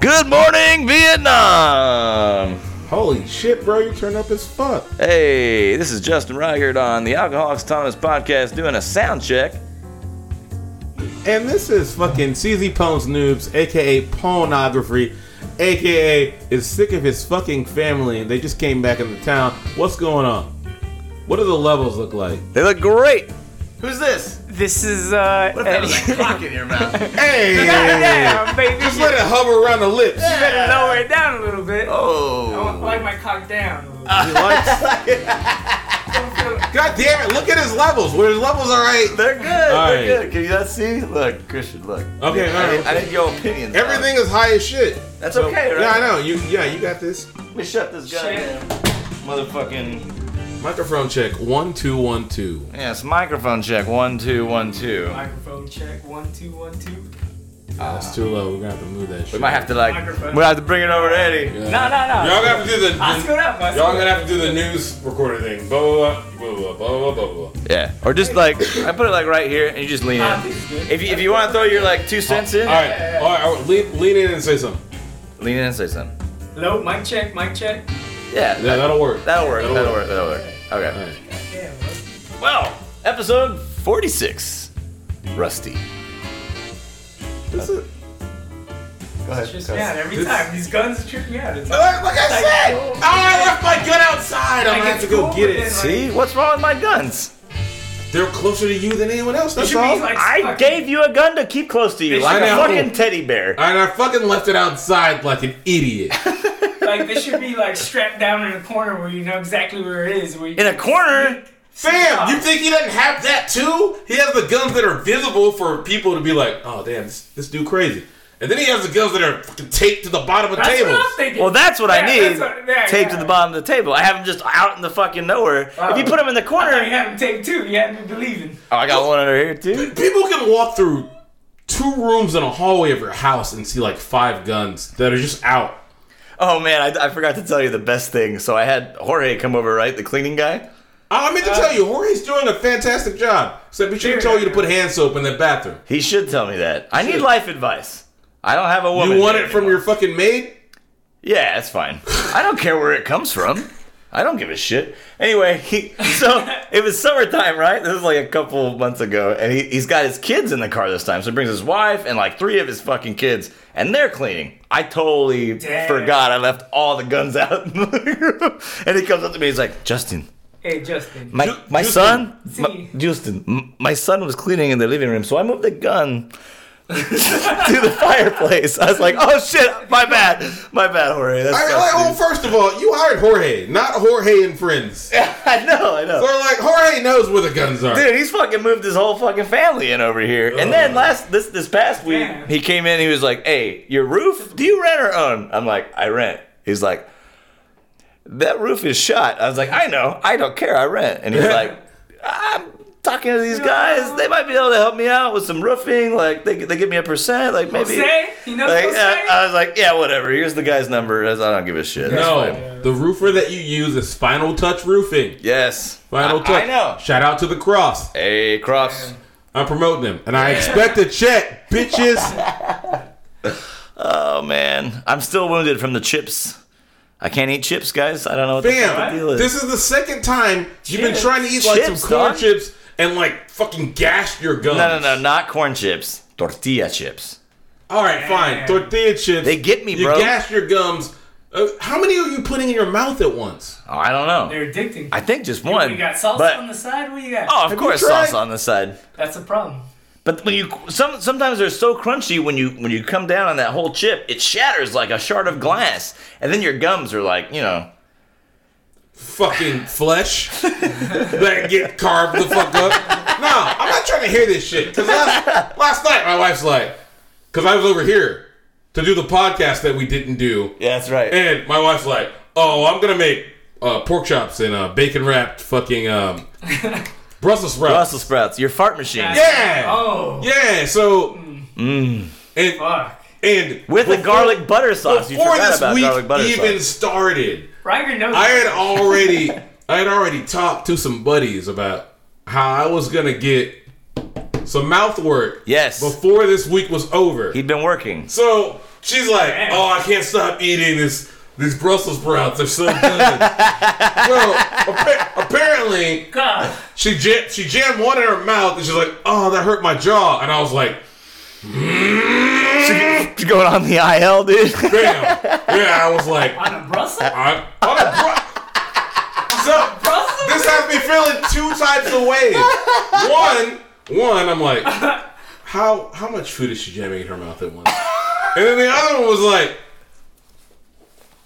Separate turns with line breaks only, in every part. Good morning, Vietnam.
Holy shit, bro, you turned up as fuck.
Hey, this is Justin Reigert on the Alcoholics Thomas podcast doing a sound check.
And this is fucking CZ Pones Noobs, aka Pornography, aka is sick of his fucking family and they just came back into town. What's going on? What do the levels look like?
They look great.
Who's this?
This is uh.
What if that was a clock in your mouth?
Hey!
Damn, baby.
just let it hover around the lips.
You better lower it down a little bit. I want-
Oh.
like my cock down. a little bit.
He likes-
Don't feel-
God damn it, look at his levels. Where his levels are right.
They're good.
All
They're
right.
good. Can you not see? Look, Christian, look.
Okay, all
I,
right,
need- I
okay.
need your opinion.
Everything is high as shit.
That's okay, right?
Yeah, I know. You yeah, you got this.
Let me shut this goddamn motherfucking.
Microphone check one two one two.
Yes, microphone check. One, two, one, two.
Microphone check. One two one two.
Oh, it's too low. We're gonna have to move that shit.
We might have to like.
Microphone.
We'll have to bring it over to Eddie.
Yeah.
No no no.
Y'all gonna have to do the.
I screwed up. I
y'all
screwed
gonna
up.
have to do the news recorder thing. Blah blah blah blah blah blah blah blah. blah.
Yeah. Or just like I put it like right here, and you just lean
Ah,
in.
this is good.
If you, if you want to throw your like two cents in,
All right, all right. All right lean, lean in and say something.
lean in and say something.
Low mic check. Mic check.
Yeah.
Yeah, that'll work.
That'll work.
That'll
That'll, work. That'll work.
All
Okay.
right.
Damn.
Well, episode 46. Rusty.
This is,
Go ahead.
It's just
go
me out
ahead.
every
This-
time. These guns trip me out. It's
like I said, oh, I left my gun outside. I'm
Like,
gonna have
it's
to go
cool,
get
but
it.
then,
See, what's wrong with my guns?
They're closer to you than anyone else. That's
should be
all.
like-
I gave you a gun to keep close to you,
They
like
should
a
have-
fucking teddy bear.
and I fucking left it outside like an idiot.
like they should be like strapped down in a corner where you know exactly where it is. Where you
In a corner?
Fam, you think he doesn't have that too? He has the guns that are visible for people to be like, oh damn, this, this dude crazy. And then he has the guns that are fucking taped to the bottom of
That's
tables.
what I'm thinking.
Well, that's what I
Yeah,
need.
that's what- yeah,
taped
yeah. Oh.
to the bottom of the table. I have them just out in the fucking nowhere. If you put them in the
I thought you
corner.
had them taped too. You had me believing.
Oh, I got one under here too.
People can walk through two rooms and a hallway of your house and see like five guns that are just out.
Oh man, I, I forgot to tell you the best thing. So I had Jorge come over, right? The cleaning guy.
I meant to
Uh,
tell you, Jorge's doing a fantastic job. Except he should have told you to put hand soap in that bathroom.
He should tell me that. I need life advice. I don't have a woman.
You want
here
it from
anymore.
your fucking maid?
Yeah, it's fine. I don't care where it comes from. I don't give a shit. Anyway, he, so it was summertime, right? This is like a couple of months ago, and he, he's got his kids in the car this time. So he brings his wife and like three of his fucking kids, and they're cleaning. I totally
Damn.
forgot I left all the guns out in the living room. And he comes up to me, he's like, Justin,
Hey Justin.
my,
Ju-
my
Justin.
son, my,
See.
Justin, m- my son was cleaning in the living room, so I moved the gun to the fireplace. I was like, oh shit, my bad, my bad, Jorge. That's
I,
tough,
like,
dude."
well, first of all, you hired Jorge, not Jorge and friends. They're
I know, I know.
like, Jorge knows where the guns are.
Dude, he's fucking moved his whole fucking family in over here. And then last this this past week,
Damn.
he came in. He was like, "Hey, your roof? Do you rent or own?" I'm like, "I rent." He's like, "That roof is shot." I was like, "I know. I don't care. I rent." And he's like, "I'm talking to these guys. They might be able to help me out with some roofing. Like they they give me a percent. Like maybe."
Jose? You know
Like,
Jose?
I, I was like, "Yeah, uh, whatever. Here's the guy's number. I don't give a shit." That's fine.
No, the roofer that you use is Final Touch Roofing.
Yes.
Final
I,
Touch.
I know.
Shout out to the Cross.
Hey, Crofts.
I'm promoting them, and I expect a check, bitches.
Oh man, I'm still wounded from the chips. I can't eat chips, guys. I don't know what the, fuck the
Bam!
deal is.
This is the second time you've been
Chips.
trying to eat like
Chips,
some corn
dog.
chips and like fucking gashed your gums.
no, no, no, not corn chips. Tortilla chips.
All right, fine. Tortilla chips.
They get me,
you
bro.
gashed your gums. Uh, how many are you putting in your mouth at once?
Oh, I don't know.
They're addicting.
I think just one.
you got salsa
but,
on the side? What do you got?
Oh, of
Have
course,
you tried-
salsa on the side.
That's a problem.
But when you some sometimes they're so crunchy when you when you come down on that whole chip, it shatters like a shard of glass, and then your gums are like you know.
Fucking flesh that get carved the fuck up. No, I'm not trying to hear this shit. Cause last, last night my wife's like, cause I was over here to do the podcast that we didn't do.
Yeah, that's right.
And my wife's like, "Oh, I'm gonna make uh, pork chops and uh, bacon wrapped fucking um, Brussels sprouts."
Brussels sprouts, your fart machine
Yeah.
Oh.
Yeah. So, and
Fuck.
and
Mm. with the
before-
garlic butter sauce. You
Before
forgot
this
about garlic butter
week even
sauce.
started,
Riker knows.
I had already I had already talked to some buddies about how I was gonna get some mouth work
Yes,
before this week was over.
he'd been working.
So She's like,
Man.
oh, I can't stop eating this. These Brussels sprouts are so good. Bro, appa- apparently
God.
she jam- she jammed one in her mouth and she's like, oh, that hurt my jaw. And I was like,
She's going on the IL, dude.
damn. yeah, I was like,
On a Brussels?
I, on a bru- so
Brussels?
this has me feeling two types of ways. One, one, I'm like, how how much food is she jamming in her mouth at once? And then the other one was like,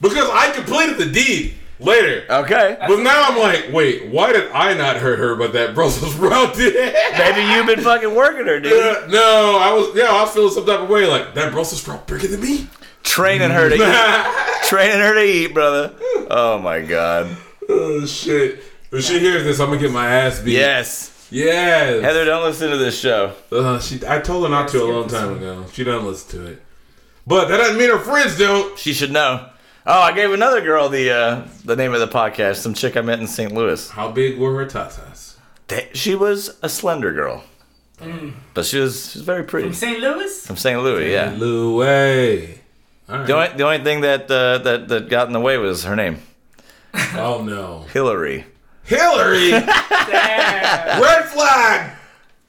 because I completed the deed later.
Okay.
But now I'm like, wait, why did I not hurt her, but that Brussels sprout did?
Maybe you've been fucking working her, dude.
Yeah, no, I was yeah, I was feeling some type of way like that Brussels sprout bigger than me.
Training her to eat. Training her to eat, brother. Oh my god.
oh shit! When she hears this, I'm gonna get my ass beat.
Yes.
Yes.
Heather, don't listen to this show.
Uh, she, I told her not to a long time ago. She doesn't listen to it. But that doesn't mean her friends don't.
She should know. Oh, I gave another girl the uh, the name of the podcast. Some chick I met in St. Louis.
How big were her tatas?
Th- She was a slender girl, but she was she's very pretty
From St. Louis?
from St. Louis. Yeah.
Louis. All
The
right.
only, the only thing that uh, that that got in the way was her name,
Oh no.
Hillary.
Hillary.
Damn.
Red flag.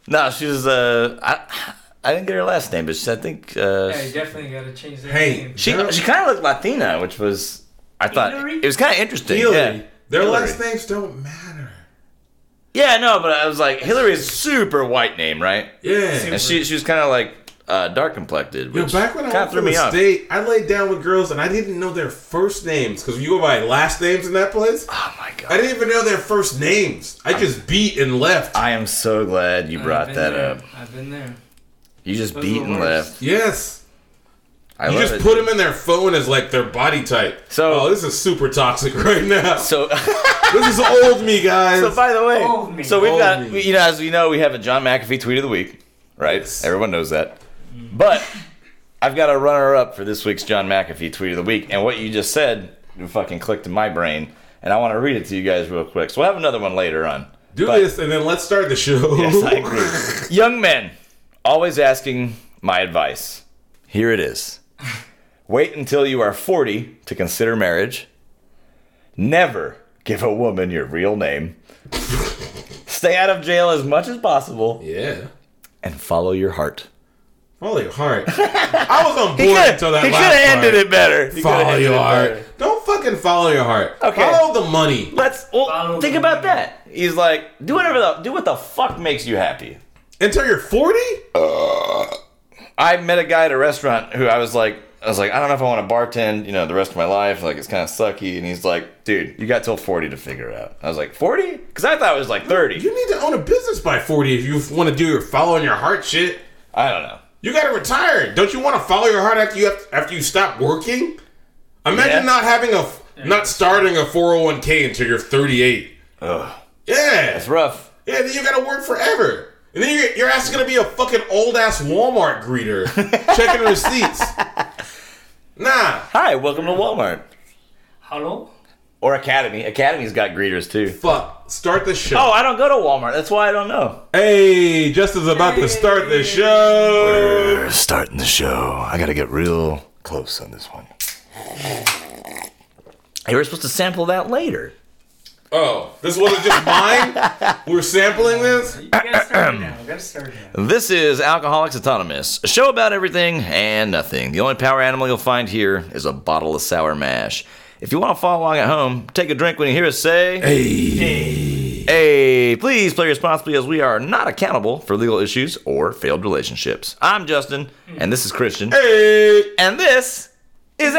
No, she was. Uh, I I didn't get her last name, but she, I think uh,
Yeah, you definitely gotta change that
Hey,
name.
she she kind of looked Latina, which was I thought
Hillary?
it was kind of interesting.
Hillary.
Yeah.
Their
Hillary.
last names don't matter.
Yeah, no, but I was like, Hillary's super white name, right?
Yeah.
And she she was kind of like uh, dark complected,
Yo,
which
back when
kind
I went
of
to
threw me
the
off.
state, I laid down with girls and I didn't know their first names because you go by last names in that place.
Oh my
I
god!
didn't even know their first names. I just beat and left.
I am so glad you
I've
brought
been
that
there.
up.
I've been there.
You just
Those are
beat
the
and
worst.
left.
Yes.
I
You
love
just
it.
put them in their phone as like their body type.
So-
oh, this is super toxic right now.
so.
this is old me, guys.
so by the way,
Old me.
so we've
Old
got
me.
you know as we know we have a John McAfee tweet of the week, right?
Yes.
Everyone knows that, but I've got a runner up for this week's John McAfee tweet of the week, and what you just said fucking clicked in my brain, and I want to read it to you guys real quick. So we'll have another one later on.
Do
but-
this and then let's start the show.
Yes, I agree. Young men, always asking my advice. Here it is. Wait until you are 40 to consider marriage. Never give a woman your real name. Stay out of jail as much as possible
yeah.
and follow your heart.
Follow your heart. I was on board
He could
until that last
have ended
part.
it better. He coulda
Follow
ended
your
it
heart.
better.
Don't fucking follow your heart.
Okay.
Follow the money.
Let's well,
Follow
think
the
about
money.
that. He's like, do whatever the do what the fuck makes you happy.
Until you're 40?
I met a guy at a restaurant who I was like, I was like, I don't know if I want to bartend, you know, the rest of my life. Like, it's kind of sucky. And he's like, dude, you got till 40 to figure it out. I was like, 40? Because I thought it was like 30.
You need to own a business by 40 if you want to do your following your heart shit.
I don't know.
You gotta retire. Don't you want to follow your heart after you have, after you stop working? Imagine
Yeah.
not having a f- not starting a 401k until you're 38.
Ugh.
Yeah,
It's rough.
yeah. Then you gotta work forever, and then you're, your ass is gonna be a fucking old ass Walmart greeter checking receipts. Nah,
Hi, welcome to Walmart.
Hello?
Or Academy. Academy's got greeters too.
fuck. Start the show.
Oh, I don't go to Walmart. That's why I don't know.
Hey, Justin's about to start the show.
Starting the show. I got to get real close on this one. You were supposed to sample that later.
Oh, this wasn't just mine. We're sampling this.
You gotta start it now. You gotta start it now.
This is Alcoholics Autonomous, a show about everything and nothing. The only power animal you'll find here is a bottle of sour mash. If you want to follow along at home, take a drink when you hear us say, Hey! Hey! Please play responsibly as we are not accountable for legal issues or failed relationships. I'm Justin, and this is Christian,
Hey.
and this is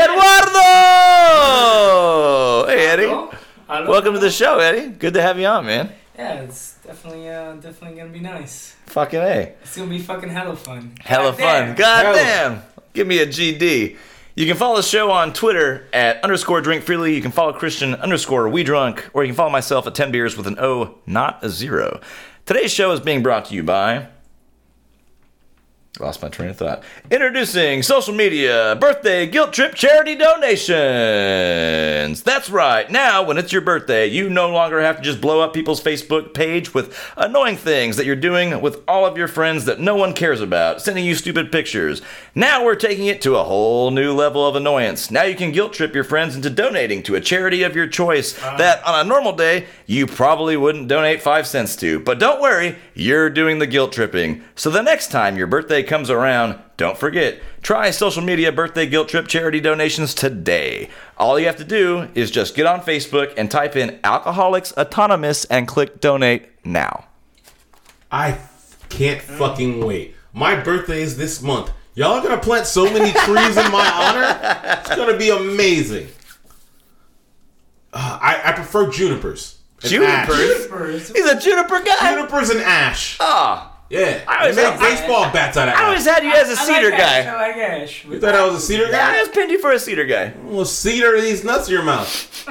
Eduardo! Hey,
Hello?
Eddie.
Hello?
Welcome to the show, Eddie. Good to have you on, man.
Yeah, it's definitely, uh, definitely gonna be nice.
Fucking A.
It's gonna be fucking hella fun.
Hella fun.
Goddamn.
God
Hella.
damn. Give me a GD. You can follow the show on Twitter at underscore drink freely. You can follow Christian underscore we drunk, or you can follow myself at 10 beers with an O, not a zero. Today's show is being brought to you by Lost my train of thought. Introducing social media birthday guilt trip charity donations. That's right. Now, when it's your birthday, you no longer have to just blow up people's Facebook page with annoying things that you're doing with all of your friends that no one cares about, sending you stupid pictures. Now we're taking it to a whole new level of annoyance. Now you can guilt trip your friends into donating to a charity of your choice
Uh.
that on a normal day you probably wouldn't donate 5 cents to. But don't worry, you're doing the guilt tripping. So the next time your birthday comes around, don't forget, try social media birthday guilt trip charity donations today. All you have to do is just get on Facebook and type in Alcoholics Autonomous and click donate now.
I can't fucking wait. My birthday is this month. Y'all are gonna plant so many trees in my honor. It's gonna be amazing. Uh, I, I prefer junipers. and ash.
Junipers?
First,
He's a juniper guy.
Junipers and ash.
Ah,
Yeah.
I
I
always
make
thought-
baseball bats out of
I
ash.
always had you as a
I
cedar
like ash,
guy.
I like ash.
you thought I was a cedar
I
guy?
was pinned you for a cedar guy.
Well, cedar these nuts in your mouth.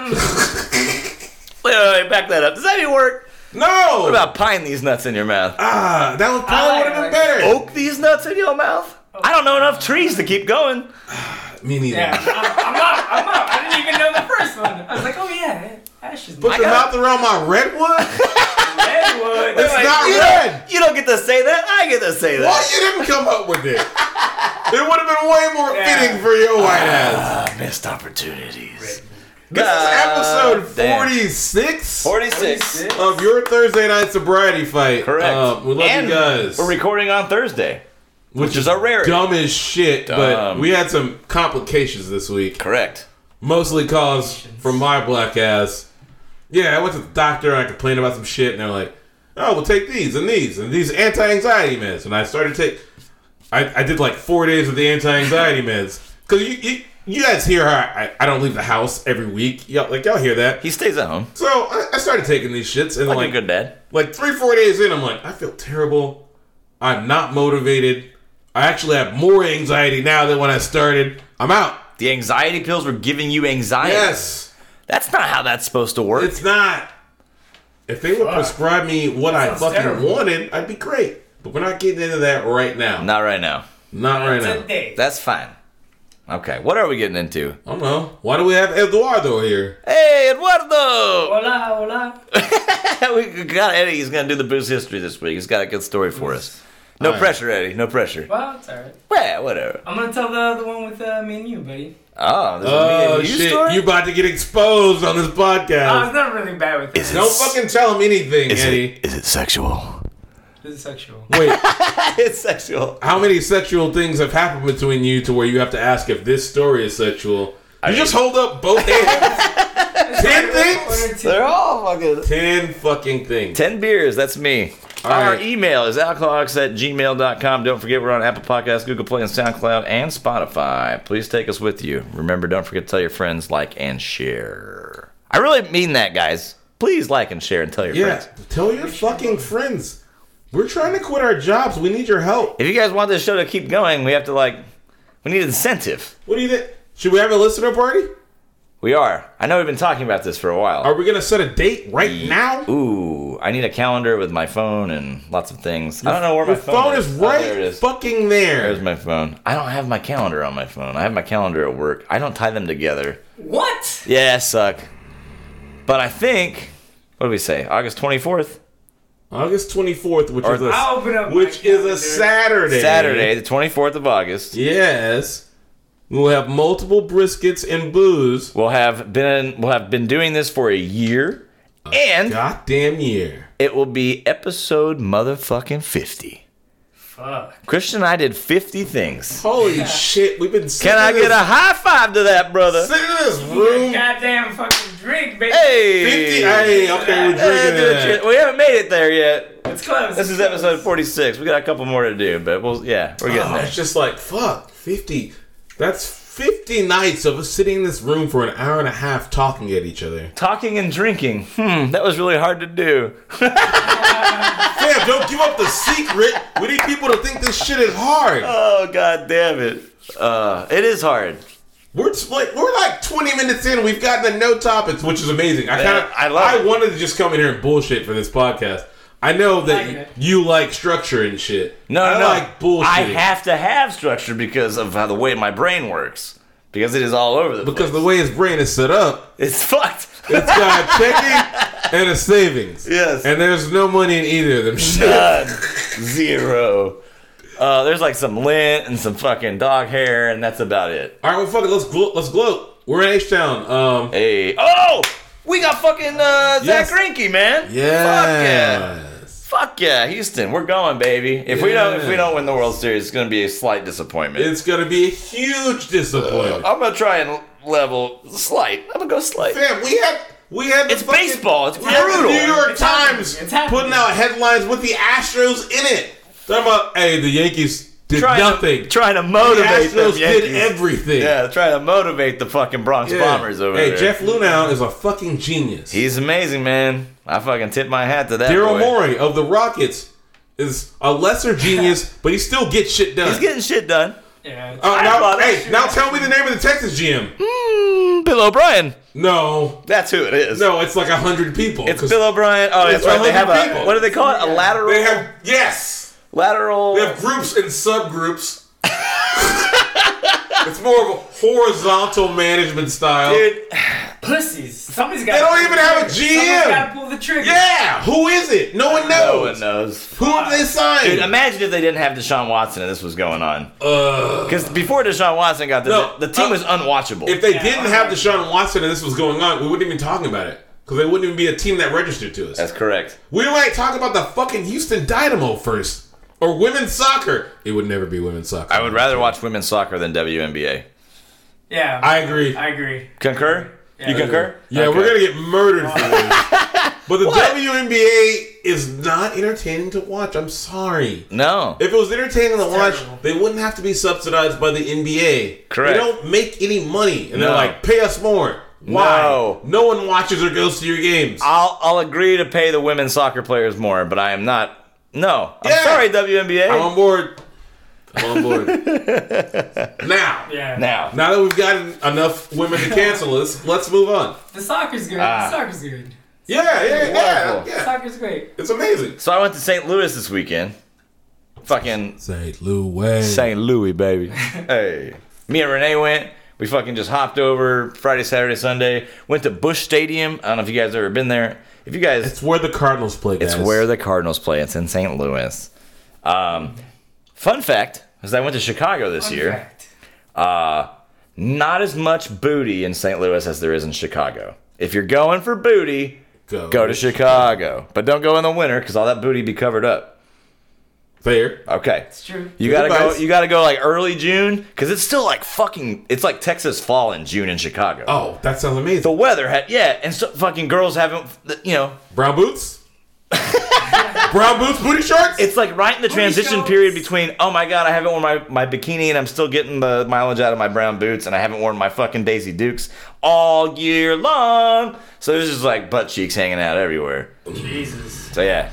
Wait, wait, wait, back that up. Does that even work?
No.
What about pine these nuts in your mouth?
ah, that was probably
I like-
would have been
I
better.
Oak these nuts in your mouth? I don't know enough trees to keep going.
Me neither.
Yeah, I'm, I'm up. I'm up. I didn't even know the first one. I was like, oh yeah, ash is
Put
black.
the
got-
mouth around my redwood.
Redwood. They're
It's
like,
not
You
red.
don't, you don't get to say that. I get to say
Why
that.
you didn't come up with it? It would have been way more
Yeah.
fitting for your white ass.
Missed opportunities.
This is episode
damn.
46
46.
of your Thursday night sobriety fight.
Correct.
Um, we love
and
you guys.
We're recording on Thursday.
which
is a rarity.
Dumb as shit, but
Dumb.
we had some complications this week.
Correct.
Mostly caused from my black ass. Yeah, I went to the doctor and I complained about some shit, and they're like, oh, we'll take these and these and these anti anxiety meds. And I started to take. I, I did like four days of the anti anxiety meds. Because you, you, you guys hear how I, I don't leave the house every week. Y'all, like, y'all hear that.
He stays at home.
So I, I started taking these shits, and
Like,
like,
a good dad.
like three, four days in, I'm like, I feel terrible. I'm not motivated. I actually have more anxiety now than when I started. I'm out.
The anxiety pills were giving you anxiety.
Yes,
That's not how that's supposed to work.
it's not. If they would prescribe me what I
Sounds
fucking
terrible.
wanted, I'd be great. But we're not getting into that right now.
not right now.
Not right now.
Today.
That's fine. Okay, what are we getting into?
I don't know. Why do we have Eduardo here?
Hey, Eduardo!
Hola, hola.
we got Eddie. He's going to do the booze history this week. He's got a good story for us. No
All right.
pressure, Eddie. No pressure.
Well, it's alright.
Well, whatever.
I'm gonna tell the other one with uh, me and you, buddy.
Oh, this
Oh
is a me and you
shit!
story?
You about to get exposed on this
I
podcast?
was Oh, not really bad with this.
Don't fucking tell him anything, Eddie.
is it sexual?
This is sexual.
Wait,
it's sexual.
how many sexual things have happened between you to where you have to ask if this story is sexual? you just hold up both hands. ten things?
They're all fucking.
Ten fucking things.
10 beers, that's me. Our
right.
email is alcoholics at gmail.com. Don't forget, we're on Apple Podcasts, Google Play, and SoundCloud, and Spotify. Please take us with you. Remember, don't forget to tell your friends, like, and share. I really mean that, guys. Please like and share and tell your
Yeah,
friends.
tell your fucking friends. We're trying to quit our jobs. We need your help.
If you guys want this show to keep going, we have to, like, we need incentive.
What do you think? Should we have a listener party?
We are. I know we've been talking about this for a while.
Are we gonna set a date right now?
Ooh, I need a calendar with my phone and lots of things. I don't know where
Your
my phone,
phone is
Oh,
right
there it is.
fucking
There's
there.
my phone. I don't have my calendar on my phone. I have my calendar at work. I don't tie them together.
What?
Yeah, I suck. But I think what do we say? August 24th,
August 24th, which is
I'll
a,
open up. my
which is a
calendar.
Saturday.
Saturday, the 24th of August.
Yes. We'll have multiple briskets and booze.
We'll have been we'll have been doing this for a year,
Oh,
and
Goddamn year.
it will be episode motherfucking 50.
Fuck.
Christian and I did 50 things.
Holy shit, we've been sitting
Can I
in this,
get a high five to that, brother?
sitting in this
Your
room?
goddamn fucking drink, baby.
Hey,
50, hey, okay, we're
Hey,
drinking
do
that.
it. we haven't made it there yet.
It's close.
This is episode 46. We got a couple more to do, but we'll yeah, we're getting
Oh,
there.
it's just like, fuck, 50. That's 50 nights of us sitting in this room for an hour and a half talking at each other.
Talking and drinking. Hmm, that was really hard to do.
Damn, don't give up the secret. We need people to think this shit is hard.
Oh god damn it. Uh, it is hard.
We're just like we're like 20 minutes in. We've gotten to no topics, which is amazing. I kind
Yeah,
of
I love
I
it.
wanted to just come in here and bullshit for this podcast. I know that
Like it.
you like structure and shit.
No,
I
no,
like bullshit.
I have to have structure because of how the way my brain works. Because it is all over the
because
place.
the way his brain is set up,
It's fucked.
it's got a checking and a savings.
Yes.
And there's no money in either of them shit.
None. Zero. Uh, there's like some lint and some fucking dog hair, and that's about it.
All right, well, fuck it. Let's gloat. Let's gloat. We're in H Town. Um,
Hey. Oh! We got fucking uh, Zach
Yes.
Greinke, man. Fuck yeah.
yes.
Fuck yeah, Houston. We're going, baby. If we don't if we
Yes.
don't win the World Series, it's gonna be a slight disappointment.
It's gonna be a huge disappointment.
I'm gonna try and level slight. I'm gonna go slight.
Fam, we have we have the
It's baseball. It's
we have the
brutal.
New York
It's happening.
Times
It's happening.
putting out headlines with the Astros in it. Talking about hey, the Yankees did
Trying
nothing.
To, trying to
the
motivate them
Astros did
Yankees.
everything.
Yeah, trying to motivate the fucking Bronx
Yeah.
Bombers over
hey,
there.
Jeff Lunau is a fucking genius.
He's amazing, man. I fucking tip my hat to that
Daryl
boy.
Morey of the Rockets is a lesser genius, but he still gets shit done.
He's getting shit done.
Yeah. it's-
Oh, now,
thought-
hey, now tell me the name of the Texas GM.
Mm, Bill O'Brien.
No,
That's who it is.
no, it's like a hundred people.
it's
'cause
Bill O'Brien. Oh,
It's
that's right. They have
100
a
people.
what do they call it? A lateral.
They have yes.
lateral.
They have groups and subgroups. it's more of a horizontal management style.
Dude,
Pussies. Somebody's got.
They don't even have a
Someone's
GM.
got to pull the trigger.
Yeah, who is it? No one
no
knows.
one knows.
Who have they signed?
Dude, imagine if they didn't have Deshaun Watson and this was going on.
uh,
Because before Deshaun Watson got there,
No,
the team
uh,
was unwatchable.
if they
Yeah,
didn't
okay.
have Deshaun Watson and this was going on, we wouldn't even be talking about it because they wouldn't even be a team that registered to us.
that's correct.
we might talk about the fucking Houston Dynamo first or women's soccer. It would never be women's soccer.
I would rather watch women's soccer than WNBA.
Yeah.
I agree.
I agree.
Concur? you concur?
Yeah,
Okay.
we're gonna get murdered for this. But the WNBA is not entertaining to watch. I'm sorry.
No.
If it was entertaining to watch,
terrible.
they wouldn't have to be subsidized by the NBA.
Correct.
They don't make any money, and they're
No.
like, "Pay us more." Why?
No.
No one watches or goes to your games.
I'll I'll agree to pay the women's soccer players more, but I am not. No, I'm
Yeah.
sorry, WNBA.
I'm on board. I'm on board. now,
Yeah.
now,
now that we've gotten enough women to cancel us, let's move on.
The soccer's good.
Ah.
The soccer's good.
Yeah, yeah, yeah,
Wonderful.
The
yeah.
soccer's great.
It's amazing.
so I went to St. Louis this weekend. Fucking
St. Louis.
St. Louis, baby. hey, me and Renee went. We fucking just hopped over Friday, Saturday, Sunday. Went to Bush Stadium. I don't know if you guys ever been there. If you guys,
It's where the Cardinals play. Guys.
It's where the Cardinals play. It's in St. Louis. Um, fun fact is I went to Chicago this
Fun
year.
fact.
Not as much booty in St. Louis as there is in Chicago. If you're going for booty, go to Chicago. But don't go in the winter because all that booty be covered up.
Fair.
Okay.
It's true.
You gotta go.
advice.
You gotta go like early June because it's still like fucking. It's like Texas fall in June in Chicago.
Oh, that sounds
The
amazing.
weather had yeah, and so fucking girls haven't. You know,
Brown boots. Brown boots, booty shorts.
It's like right in the transition
shorts.
period between oh my god, I haven't worn my, my bikini and I'm still getting the mileage out of my brown boots and I haven't worn my fucking Daisy Dukes all year long. So there's just like butt cheeks hanging out everywhere.
Jesus.
So yeah,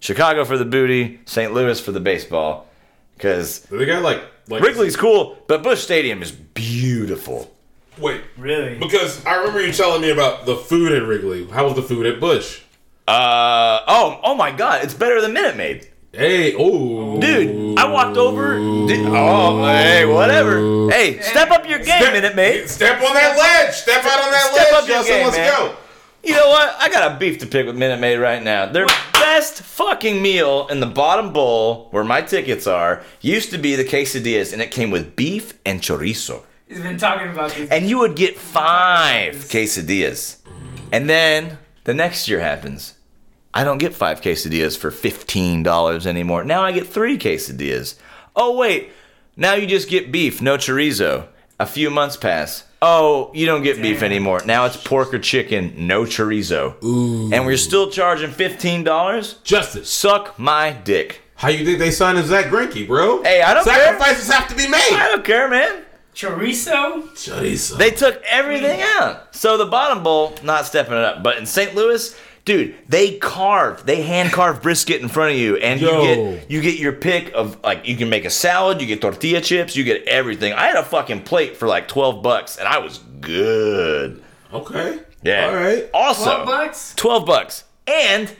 Chicago for the booty, St. Louis for the baseball, because
they got like like
Wrigley's cool, but Bush Stadium is beautiful.
Wait,
Really?
because I remember you telling me about the food at Wrigley. How was the food at Bush?
Uh oh oh my god, it's better than Minute Maid.
Hey, oh,
Dude, I walked over. Did, oh, hey, whatever. Hey, step up your game, Minute Maid.
Step on that ledge. Step out on that
Step
ledge,
up your
Justin.
game,
let's
man.
go.
You know what? I got a beef to pick with Minute Maid right now. Their best fucking meal in the bottom bowl, where my tickets are, used to be the quesadillas, and it came with beef and chorizo.
He's been talking about this.
And you would get five quesadillas. And then the next year happens. I don't get five quesadillas for $15 anymore. Now I get three quesadillas. Oh, wait. Now you just get beef, no chorizo. A few months pass. Oh, you don't get beef anymore. Now it's pork or chicken, no chorizo. Ooh. And we're still charging $15?
Justice.
Suck my dick.
How you think they signed Zach Greinke, bro?
Hey, I don't care.
Sacrifices have to be
I
made.
don't care, man.
Chorizo?
Chorizo.
They took everything
Mm.
out. So the bottom bowl, not stepping it up. But in St. Louis, dude, they carve, they hand carve brisket in front of you, and
Yo.
you get you get your pick of like you can make a salad, you get tortilla chips, you get everything. I had a fucking plate for like twelve bucks, and I was good.
okay.
Yeah.
All right.
Also,
Twelve bucks?
Twelve bucks, and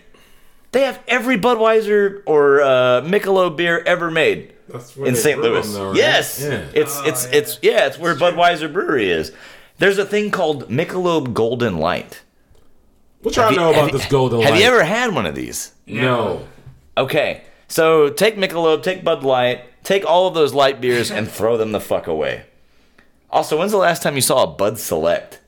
They have every Budweiser or uh, Michelob beer ever made
That's where
in
they
St.
brew
Louis.
them, though, right?
Yes,
Yeah.
it's
Oh,
it's
yeah.
it's yeah, it's where Budweiser Brewery is. There's a thing called Michelob Golden Light.
what y'all know about
Have you-
this golden
Have
light?
you ever had one of these?
No.
Okay, so take Michelob, take Bud Light, take all of those light beers and throw them the fuck away. Also, when's the last time you saw a Bud Select?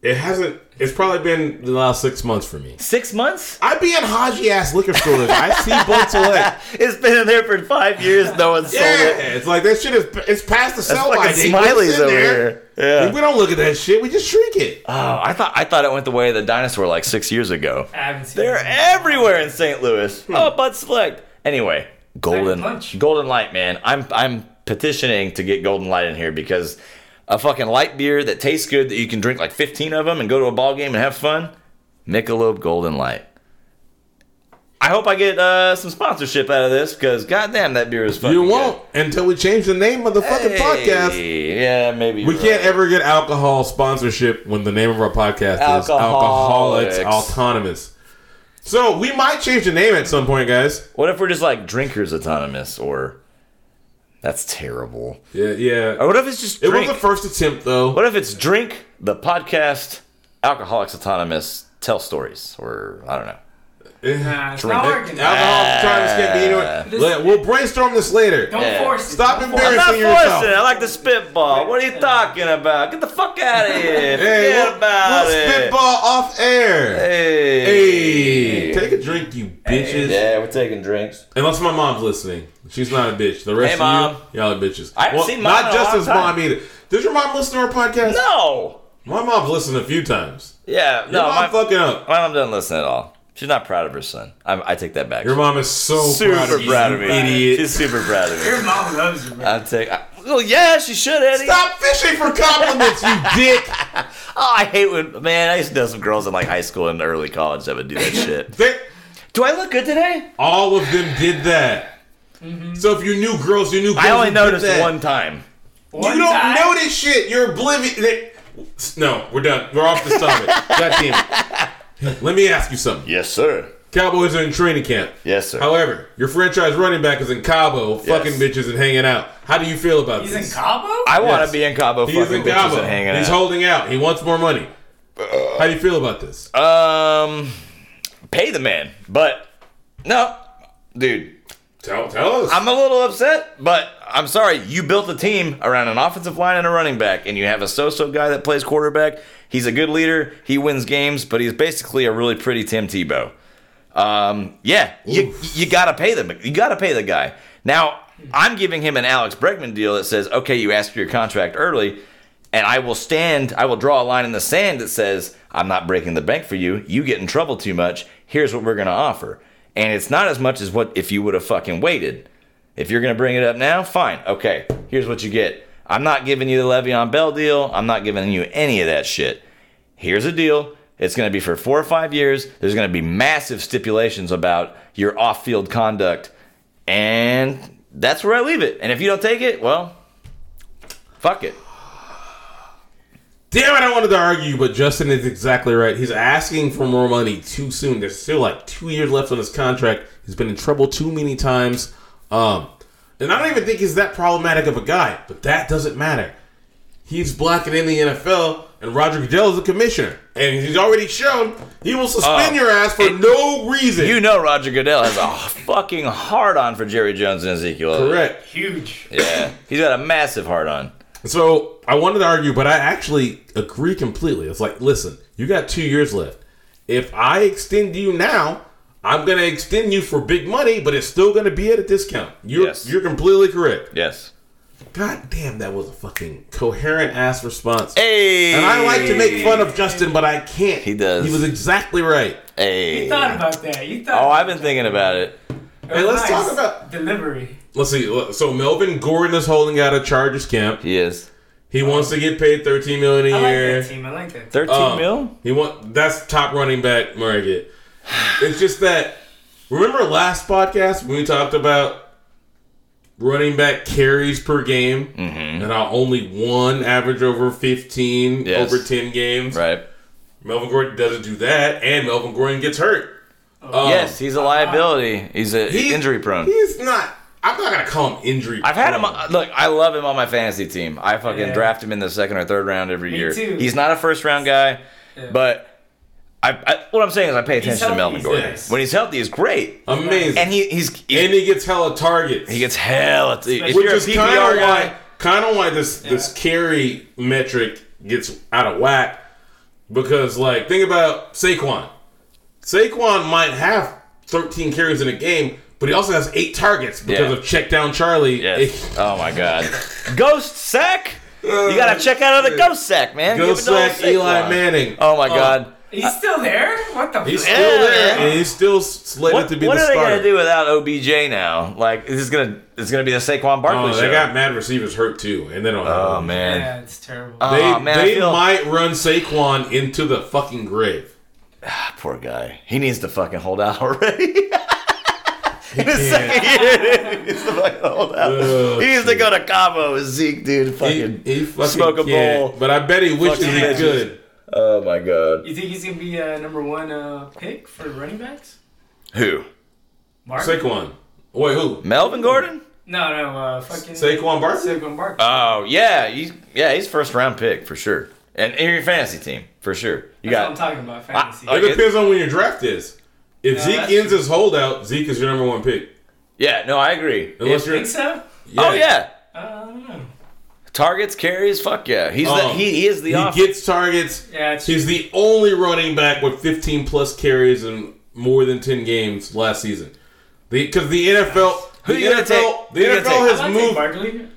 It hasn't. It's probably been the last six months for me.
Six months?
I be in haji ass liquor stores. I see Bud Select.
It's been in there for five years. No one's sold
Yeah,
it.
it's like that shit is. It's past the
That's
sell by
fucking
date.
Smiley's
It's in
over
there.
here. Yeah.
Like, we don't look at that shit. We just shrink it.
Oh, I thought I thought it went the way of the dinosaur like six years ago.
I haven't seen
They're
it.
everywhere in St. Louis. Oh, Bud Select. Anyway, Golden
Punch.
Golden Light, man. I'm I'm petitioning to get Golden Light in here because a fucking light beer that tastes good that you can drink like 15 of them and go to a ball game and have fun. Michelob Golden Light. I hope I get uh, some sponsorship out of this because goddamn that beer is fun.
You
to
won't until we change the name of the
get.
fucking
Hey,
podcast.
Yeah, maybe
We
you're
can't
right.
ever get alcohol sponsorship when the name of our podcast is
Alcoholics.
Alcoholics Autonomous. So we might change the name at some point, guys.
What if we're just like drinkers autonomous or that's terrible.
Yeah, yeah.
Or what if it's just
It
drink?
was the first attempt, though.
What if it's drink the podcast Alcoholics Autonomous tell stories or I don't know.
Nah, it's
Drink.
not working.
Alcohol
Ah.
Autonomous can't be anywhere.
This-
Let- We'll brainstorm this later.
Don't
Yeah.
force it.
Stop
Don't
I'm
force
embarrassing-
not
Embarrassing
forcing
yourself.
it. I like to spitball. What are you talking about? Get the fuck out of here.
Hey,
Forget
we'll,
about
we'll
it.
spitball off air.
Hey.
Hey, take a drink, you bitches.
Yeah, we're taking drinks.
Unless my mom's listening, she's not a bitch. The rest
Hey,
of
Mom.
you, y'all are bitches.
I haven't seen Mom in
not
a
just
long
as
time.
mom either. Does your mom listen to our podcast?
No.
My mom's listened a few times.
Yeah.
Your
no.
mom
My,
fucking up.
my mom doesn't listen at all. She's not proud of her son. I, I take that back.
Your mom is so
super
proud of you, you
me.
idiot.
She's super proud of me.
Your mom loves you, man.
I take. I, well, yeah, she should, Eddie.
Stop fishing for compliments, you dick.
Oh, I hate when man. I used to know some girls in like high school and early college that would do that shit.
They-
Do I look good today?
all of them did that.
Mm-hmm.
So if you knew girls, you knew. Girls
I only
who did
noticed
that.
one time.
You
One
don't
time,
know this shit. You're oblivious. They- No, we're done. We're off this topic. God damn it. Let me ask you something.
Yes, sir.
Cowboys are in training camp.
Yes, sir.
However, your franchise running back is in Cabo, fucking bitches and hanging out. How do you feel about
He's
this?
in Cabo?
I want
Yes.
to be in Cabo
He's
fucking
in
bitches
Cabo.
and hanging
He's
out.
holding out. He wants more money. How do you feel about this?
um, pay the man, but no, dude,
tell, tell us.
I'm a little upset. But I'm sorry, you built a team around an offensive line and a running back, and you have a so-so guy that plays quarterback. He's a good leader. He wins games, but he's basically a really pretty Tim Tebow. Um, yeah, you, you gotta pay them. You gotta pay the guy. Now I'm giving him an Alex Bregman deal that says, okay, you asked for your contract early, and I will stand. I will draw a line in the sand that says, I'm not breaking the bank for you. You get in trouble too much. Here's what we're gonna offer, and it's not as much as what if you would have fucking waited. If you're gonna bring it up now, fine. Okay, here's what you get. I'm not giving you the Le'Veon Bell deal. I'm not giving you any of that shit here's a deal. It's going to be for four or five years. There's going to be massive stipulations about your off field conduct. And that's where I leave it. And if you don't take it, well, fuck it.
Damn it, I wanted to argue, but Justin is exactly right. He's asking for more money too soon. There's still like two years left on his contract. He's been in trouble too many times. Um, and I don't even think he's that problematic of a guy, but that doesn't matter. He's black and in the NFL, and Roger Goodell is the commissioner. And he's already shown he will suspend your ass for no reason.
You know Roger Goodell has a fucking hard on for Jerry Jones and Ezekiel. Elliott.
Correct.
Huge.
Yeah. He's got a massive hard on.
So I wanted to argue, but I actually agree completely. It's like, listen, you got two years left. If I extend you now, I'm gonna extend you for big money, but it's still gonna be at a discount. You're
Yes.
you're completely correct.
Yes.
God damn, that was a fucking coherent ass response.
Hey.
And I like to make fun of Justin, but I can't. He
does.
He was exactly right.
Hey.
You thought about that. You thought.
Oh, I've been thinking about it.
It was
let's talk about-
delivery.
Let's see. look, So Melvin Gordon is holding out a Chargers camp.
He is.
He wants to get paid 13 million a
I like
year.
that team. I like that. Team.
13
Um,
mil?
He want that's top running back market. It's just that remember last podcast when we talked about running back carries per game
Mm-hmm.
and how only one average over fifteen
Yes.
over ten games.
Right.
Melvin Gordon doesn't do that, and Melvin Gordon gets hurt. Um,
yes, he's a liability. He's a
he-
injury prone.
He's not. I'm not gonna call him injury.
I've had him. uh,
prone.
on- Look, I love him on my fantasy team. I fucking
Yeah.
draft him in the second or third round every year.
too.
He's not a first round guy, but I, I, what I'm saying is I pay attention to
healthy,
Melvin
he's
Gordon.
nice.
When he's healthy, he's great,
Amazing.
and he he's
and he gets hella targets.
he gets hell. If
which
you're a
is kind
PPR
of
guy,
why, kind of why this this carry metric gets out of whack. Because like, think about Saquon. Saquon might have 13 carries in a game, but he also has eight targets because
Yeah.
of check down Charlie.
yes. oh my god, ghost sack. You
Uh,
gotta check out of the ghost sack, man.
Go
Give it to old
sack Eli
Saquon.
Manning.
Oh my
Uh,
god.
He's still there? What the
He's
fuck?
still
Yeah.
there, and he's still slated
What,
to be
what
the
are they
starter.
gonna do without OBJ now? Like, this is gonna it's gonna be the Saquon Barkley
Oh,
show.
they got mad receivers hurt too, and they don't.
oh man.
Yeah, it's terrible.
they,
Aw, Oh, man, I
they
feel-
might run Saquon into the fucking grave.
Poor guy. He needs to fucking hold out already. In his second year, he needs to fucking hold out.
Oh,
he needs to go to Cabo with Zeke, dude. Fucking.
he, he fucking
smoke a
can't.
bowl.
But I bet he wishes
Fucking
he
bitches.
could.
oh my god.
You think he's going to be uh, number one uh, pick for running backs?
Who?
Mark?
Saquon. Wait, who?
Melvin Gordon?
no, no, uh, fucking.
Saquon Barkley.
Saquon Barkley.
Oh yeah, he's yeah he's first round pick for sure, and in your fantasy team for sure. You
That's what I'm
got
talking about, fantasy.
I- I-
It depends on when your draft is. If
No, that's-
Zeke ends his holdout, Zeke is your number one pick.
yeah. No, I agree.
Unless
If-
you're,
think so?
oh yeah,
Uh, I don't know.
targets carries. Fuck yeah, he's the,
Um,
he, he is the
he
offense.
gets targets.
Yeah, it's
He's the only running back with 15 plus carries in more than 10 games last season. Because the, NFL,
Who
the
you gonna
NFL,
take? Who
the
you gonna take?
NFL
I
has
like
moved.
Barkley.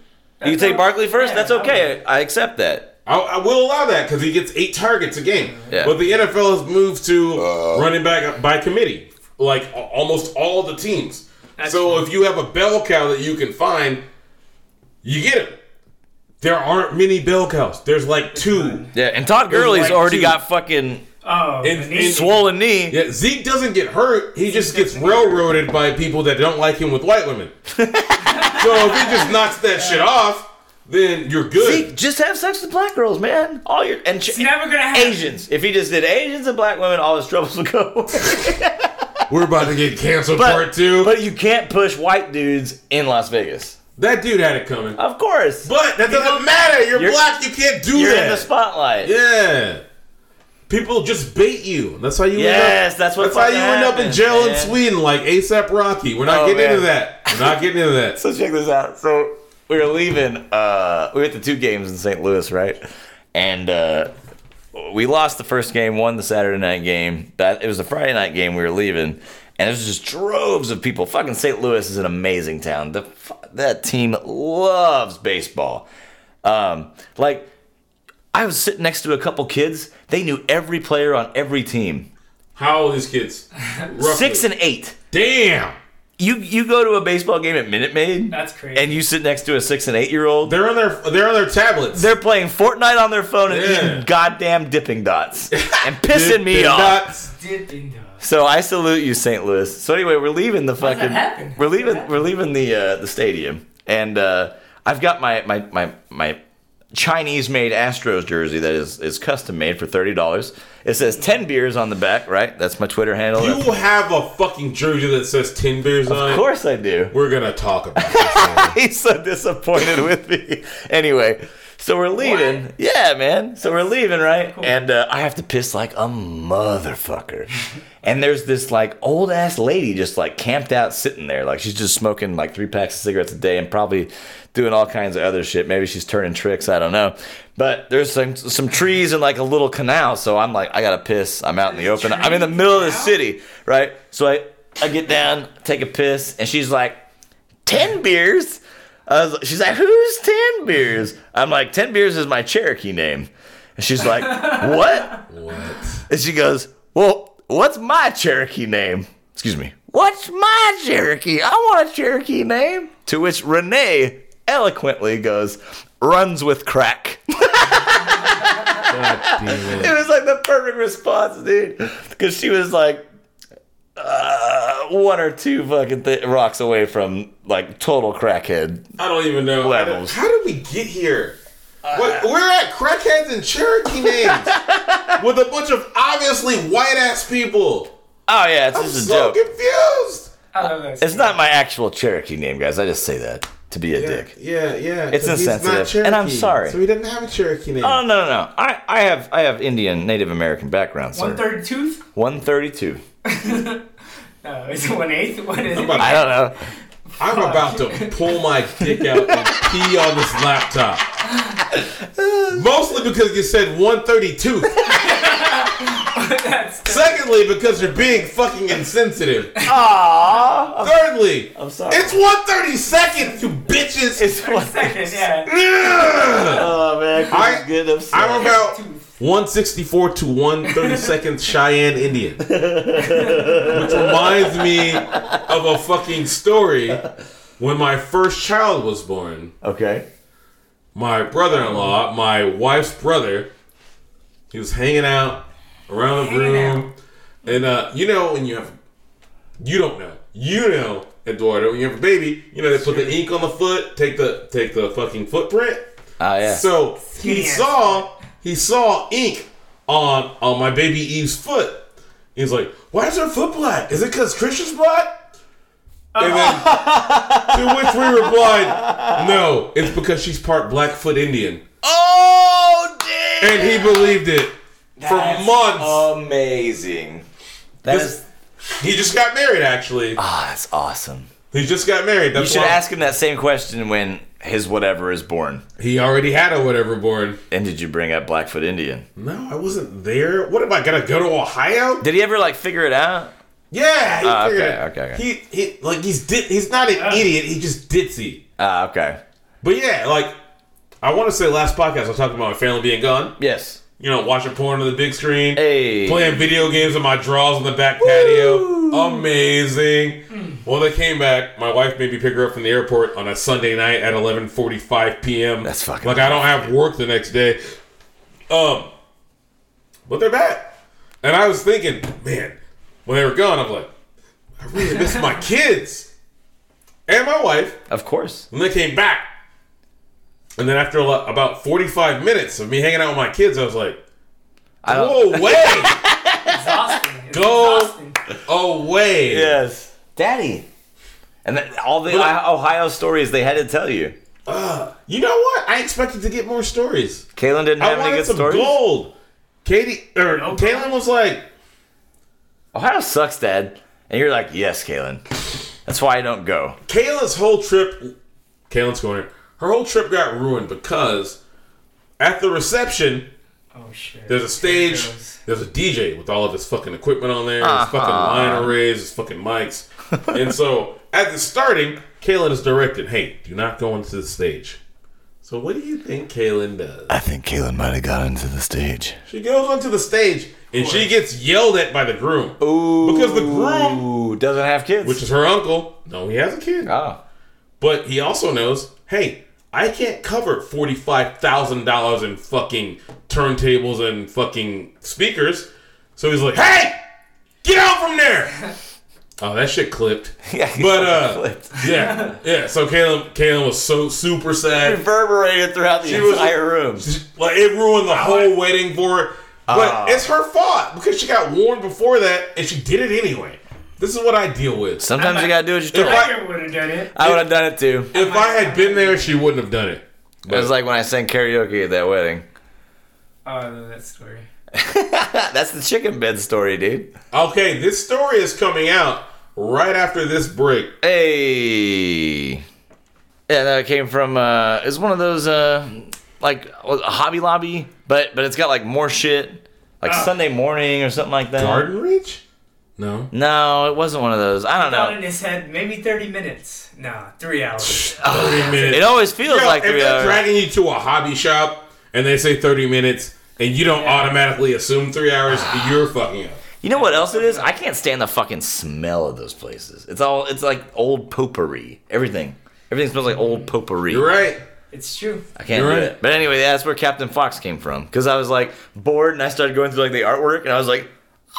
you take Barkley first.
Yeah,
That's
I would.
okay. I accept that.
I, I will allow that because he gets eight targets a game.
Yeah.
But the NFL has moved to running back by committee, like a- almost all the teams.
That's
so if you have a bell cow that you can find, you get him. There aren't many bell cows. There's like two.
Yeah, and Todd Gurley's
like
already
two.
got fucking
Oh,
In-
Vinicius.
in-
swollen knee.
Yeah, Zeke doesn't get hurt. He just gets railroaded by people that don't like him with white women. so if he just knocks that shit off, then you're good.
Zeke, just have sex with black girls, man. All your and
It's never gonna happen.
Asians. If he just did Asians and black women, all his troubles would go. away.
We're about to get canceled
But-
part two.
But you can't push white dudes in Las Vegas.
that dude had it coming.
Of course.
But that doesn't matter. You're,
You're-
black. You can't do
You're
that.
in the spotlight.
yeah. People just bait you. That's how you.
Yes,
end up,
that's what
That's how you
fucking
end up in
happens,
jail in
man.
Sweden, like ASAP Rocky. We're not
Oh,
getting into
man.
that. We're not getting into that.
So check this out. So we were leaving. Uh, we went to two games in St. Louis, right? And uh, we lost the first game, won the Saturday night game. That it was the Friday night game. We were leaving, and it was just droves of people. Fucking St. Louis is an amazing town. The fu- that team loves baseball. Um, like I was sitting next to a couple kids. They knew every player on every team.
How old are these kids? Roughly.
Six and eight.
damn.
You you go to a baseball game at Minute Maid.
That's crazy.
And you sit next to a six and eight year old.
They're on their they're on their tablets.
They're playing Fortnite on their phone and
Yeah.
eating goddamn dipping dots and pissing me
They're
off.
not-
Dip into us.
So I salute you, St. Louis. So anyway, we're leaving the
that
fucking.
happen?
We're leaving. We're leaving the uh, the stadium, and uh, I've got my my my my Chinese made Astros jersey that is is custom made for thirty dollars. It says ten beers on the back, right? That's my Twitter handle.
You have a fucking jersey that says ten beers on
of
it.
course I do.
We're gonna talk about this.
He's so disappointed with me. Anyway, so we're leaving. Yeah, man. So we're leaving, right? And uh, I have to piss like a motherfucker. and there's this like old ass lady just like camped out sitting there. Like she's just smoking like three packs of cigarettes a day and probably doing all kinds of other shit. Maybe she's turning tricks. I don't know. But there's some some trees and like a little canal. So I'm like, I gotta piss. I'm out in the open. I'm in the middle of the city, right? So I I get down, take a piss, and she's like, 10 beers. I was, she's like, who's 10 beers? I'm like, 10 beers is my Cherokee name. And she's like, what?
what?
And she goes, well, what's my Cherokee name? Excuse me. What's my Cherokee? I want a Cherokee name. To which Renee eloquently goes, runs with crack.
God damn
it
it.
was like the perfect response, dude. Because she was like uh, one or two fucking th- rocks away from like total crackhead
I don't even know.
Levels.
How did we get here? What- We're at crackheads and Cherokee names with a bunch of obviously white ass people.
Oh yeah, it's just a
so
joke.
confused.
I love that.
It's not my actual Cherokee name, guys. I just say that to be a dick.
Yeah, yeah.
It's
'cause he's not
insensitive, and I'm
Cherokee,
sorry.
So he didn't have a Cherokee name.
Oh no, no, no. I, I have I have Indian Native American background,
One
sir.
third tooth?
One thirty-two.
No, is it one eighth? What is
I'm
it?
about,
I don't know.
I'm about to pull my dick out and pee on this laptop. Mostly because you said 132.
That's
Secondly, because you're being fucking insensitive.
Aww.
Thirdly,
I'm sorry.
it's 130 seconds, you bitches.
It's one
second, yeah.
Ugh.
Oh man, Chris
I-
is getting upset.
I'm about 164 to 130 seconds Cheyenne Indian. Which reminds me of a fucking story when my first child was born.
okay.
my brother-in-law, my wife's brother, he was hanging out around the
Hanging
room, and uh, you know when you have, you don't know, you know, Eduardo, when you have a baby, you know they put the ink on the foot, take the take the fucking footprint.
Oh yeah.
So he
Yeah.
saw he saw ink on on my baby Eve's foot. He's like, "Why is her foot black? Is it because Christian's black?" And then, to which we replied, "No, it's because she's part Blackfoot Indian,"
Oh damn.
and he believed it for
That's
months.
Amazing. That
This-
is.
he just got married, actually.
Ah, that's awesome.
He just got married.
You
That's
should
why
ask him that same question when his whatever is born.
he already had a whatever born.
And did you bring up Blackfoot Indian?
No, I wasn't there. What am I gonna go to Ohio?
Did he ever like figure it out?
Yeah, he
Ah,
figured
okay,
it.
okay, okay.
He he like he's di- he's not an idiot. He just ditzy.
Ah, okay.
But yeah, like I want to say last podcast I was talking about my family being gone.
Yes.
You know, watching porn on the big screen,
Hey.
playing video games in my drawers on the back patio. Amazing. Well, they came back. My wife made me pick her up from the airport on a Sunday night at 11:45 p.m.
That's fucking
like I don't have work the next day. Um, but they're back, and I was thinking, man, when they were gone, I'm like, I really miss my kids and my wife.
Of course.
And they came back. And then after a lo- about 45 minutes of me hanging out with my kids, I was like,
I don't-
go away.
exhausting. It's
Go.
exhausting.
away.
Yes. Daddy. And that, all the Ohio Ohio stories they had to tell you.
You know what? I expected to get more stories.
Kalen didn't
I
have any
wanted
good
some
stories.
gold. Katie, or
No
Kaylin was like,
Ohio sucks, Dad. And you're like, yes, Kalen. That's why I don't go.
Kaylin's whole trip, Kaylin's corner, her whole trip got ruined because at the reception,
Oh shit.
There's a
Here it
stage.
goes.
There's a DJ with all of his fucking equipment on there, his fucking line arrays, his fucking mics. and so at the starting, Kalen is directed, "Hey, do not go into the stage." So what do you think Kalen does?
I think Kalen might have got into the stage.
She goes onto the stage and she gets yelled at by the groom because the groom,
Ooh, doesn't have kids.
which is her uncle, no, he has a kid,
oh.
but he also knows, "Hey." I can't cover forty-five thousand dollars in fucking turntables and fucking speakers, so he's like, "Hey, Get out from there! Oh, that shit clipped.
Yeah,
But uh, yeah, yeah. So Kaylin, Kaylin was so super sad.
reverberated throughout the
was-
entire room.
Like Ah. it ruined the whole wedding for her. But it's her fault because she got warned before that, and she did it anyway. This is what I deal with.
Sometimes you gotta do what you're told.
I-
Tiger would have done it.
I would have done it too.
If I had been there, she wouldn't have done it.
It was like when I sang karaoke at that wedding.
Oh, I love that story.
Ah, That's the chicken bed story, dude.
Okay, this story is coming out right after this break.
Hey. Yeah, that came from uh it's one of those uh like a Hobby Lobby, but but it's got like more shit. Like Sunday morning or something like that.
Ah. Garden Ridge? No.
No, it wasn't one of those. I don't
Thought
know.
in his head, maybe 30 minutes. Nah, three hours.
Thirty minutes.
It always feels
Yo,
like
if
three
they're
hours.
dragging you to a hobby shop and they say 30 minutes and you don't automatically assume three hours, you're fucking up.
you know what else it is? I can't stand the fucking smell of those places. It's all it's like old potpourri. Everything. Everything smells like old potpourri.
You're right.
it's true.
I can't
You're
do
right.
it. But anyway, that's where Captain Fox came from. Because I was like bored and I started going through like the artwork and I was like,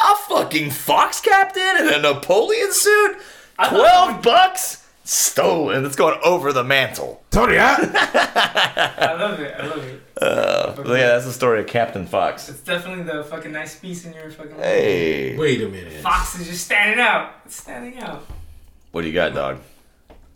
a fucking fox captain in a Napoleon suit?
thought-
Twelve bucks? Stolen. It's going over the mantle.
Tony, I,
I love it. I love it.
But Uh, yeah, that's the story of Captain Fox.
It's definitely the fucking nice piece in your fucking. life.
Hey,
wait a minute.
Fox is just standing out. It's standing out.
what do you got, dog?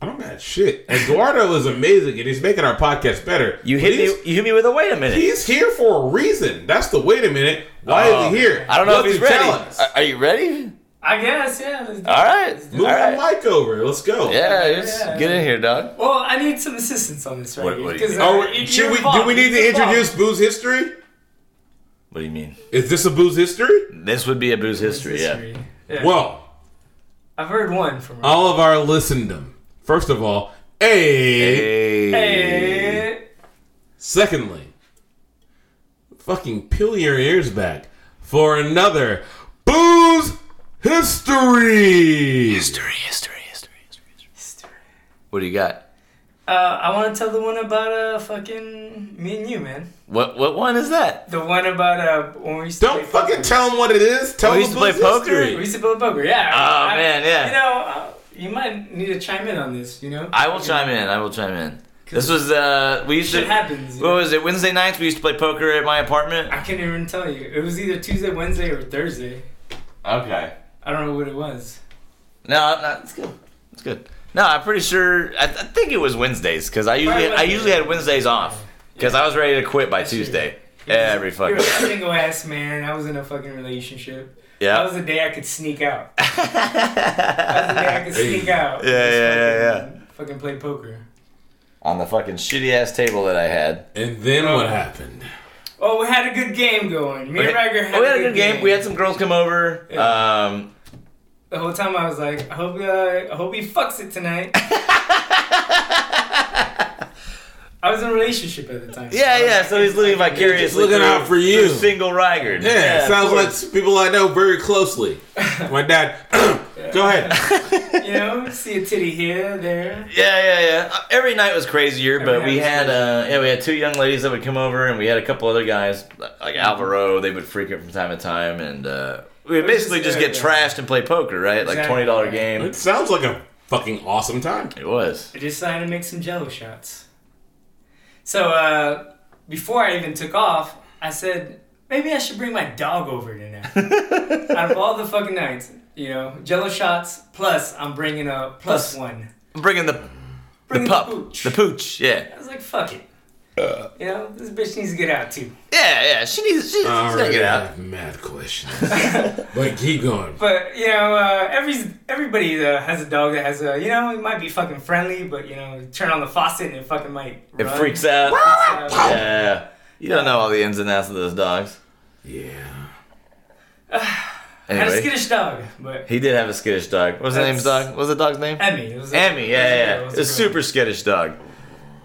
I don't got shit. Eduardo is amazing, and he's making our podcast better.
You
But
hit
he's-
me. You hit me with a wait a minute.
He's here for a reason. That's the wait a minute. Why
Oh,
is he here?
I don't know
What's
if he's
he
ready. Uh,
telling us?
Are, are you ready?
I guess yeah. Let's do
All
it.
right.
Let's do
All
Move
right.
the mic over. Let's go.
Yeah, just
Yeah.
get in here, dog.
it. Well, I need some assistance on this right
What-
here,
what do you
'cause,
mean?
uh,
Are
it-
we, should
you're
we, do
involved.
we need
It's
to
your fault.
introduce Boo's history?
What do you mean?
Is this a Boo's history?
This would be a booze history, yeah.
History. Yeah.
Well,
I've heard one from. her.
all of our listendom. First of all, hey.
Hey.
Hey.
Secondly, fucking peel your ears back for another Boo's history.
History, history, history, history, history. What do you got?
Uh, I want to tell the one about uh fucking me and you, man.
What what one is that?
The one about uh when we used to
Don't
play
fucking
poker.
tell him what it is. Tell
We
him
Oh, used to play
Boo's
poker.
history.
We used to play poker, yeah.
Oh, man, yeah.
You know, uh, you might need to chime in on this. You know,
I will chime in. I will chime in. This was uh we used
shit
to
happens. you
What
know?
was it? Wednesday nights we used to play poker at my apartment.
I can't even tell you. It was either Tuesday, Wednesday, or Thursday.
Okay.
I don't know what it was.
No, I'm not, it's good. It's good. No, I'm pretty sure. I, th- I think it was Wednesdays because I usually I
Wednesday.
usually had Wednesdays off because I was ready to quit by
true.
Tuesday.
You're just-
Every
You're
fucking
a single ass man. I was in a fucking relationship. That
yeah.
was the day I could sneak out. That was the day I could sneak out.
Yeah, yeah, yeah, yeah.
Fucking- Fucking play poker.
On the fucking shitty ass table that I had.
And then what happened?
Oh, we had a good game going. Me
Okay.
and Riker had,
Oh, we had a good game. We had some girls come over. Um,
the whole time I was like, I hope, uh, I hope he fucks it tonight. I was in a relationship at the time.
yeah, yeah. So he's living vicariously.
Looking
through-
out for you.
through Single Rigard.
Yeah,
of
sounds
course.
like people I know very closely. My dad. Go ahead.
You know, see a titty here, there.
Yeah, yeah, yeah. Uh, Every night was crazier, but
Every
we
night
had
was
uh, yeah, we had two young ladies that would come over, and we had a couple other guys like
Mm-hmm.
Alvaro. They would freak it from time to time, and uh, we would
It was
basically
just-
just get
yeah, yeah.
trashed and play poker, right? Like
Exactly.
twenty dollar game.
It sounds like a fucking awesome time.
It was.
I decided to make some jello shots. So, uh, before I even took off, I said, maybe I should bring my dog over tonight. Out of all the fucking nights, you know, jello shots, plus I'm bringing a
Plus.
plus, plus one.
I'm bringing the
Bringing
the pup,
pooch.
the pooch. Uh. Yeah,
I was like, fuck it. you know, this bitch needs to get out too.
yeah, yeah. She needs. She needs to
Alright,
get
I
out.
have mad questions. but keep going.
But you know, uh, every everybody uh, has a dog that has a you know, it might be fucking friendly, but you know, turn on the faucet and it fucking might.
It
run.
freaks out.
Uh,
yeah. You don't know all the ins and outs of those dogs.
Yeah.
had a
Anyway,
skittish dog, but
he did have a skittish dog. What was the name's
That's-
dog? What was the dog's name?
Emmy. It was a-
Emmy, yeah, yeah,
it
yeah.
was
A super skittish dog.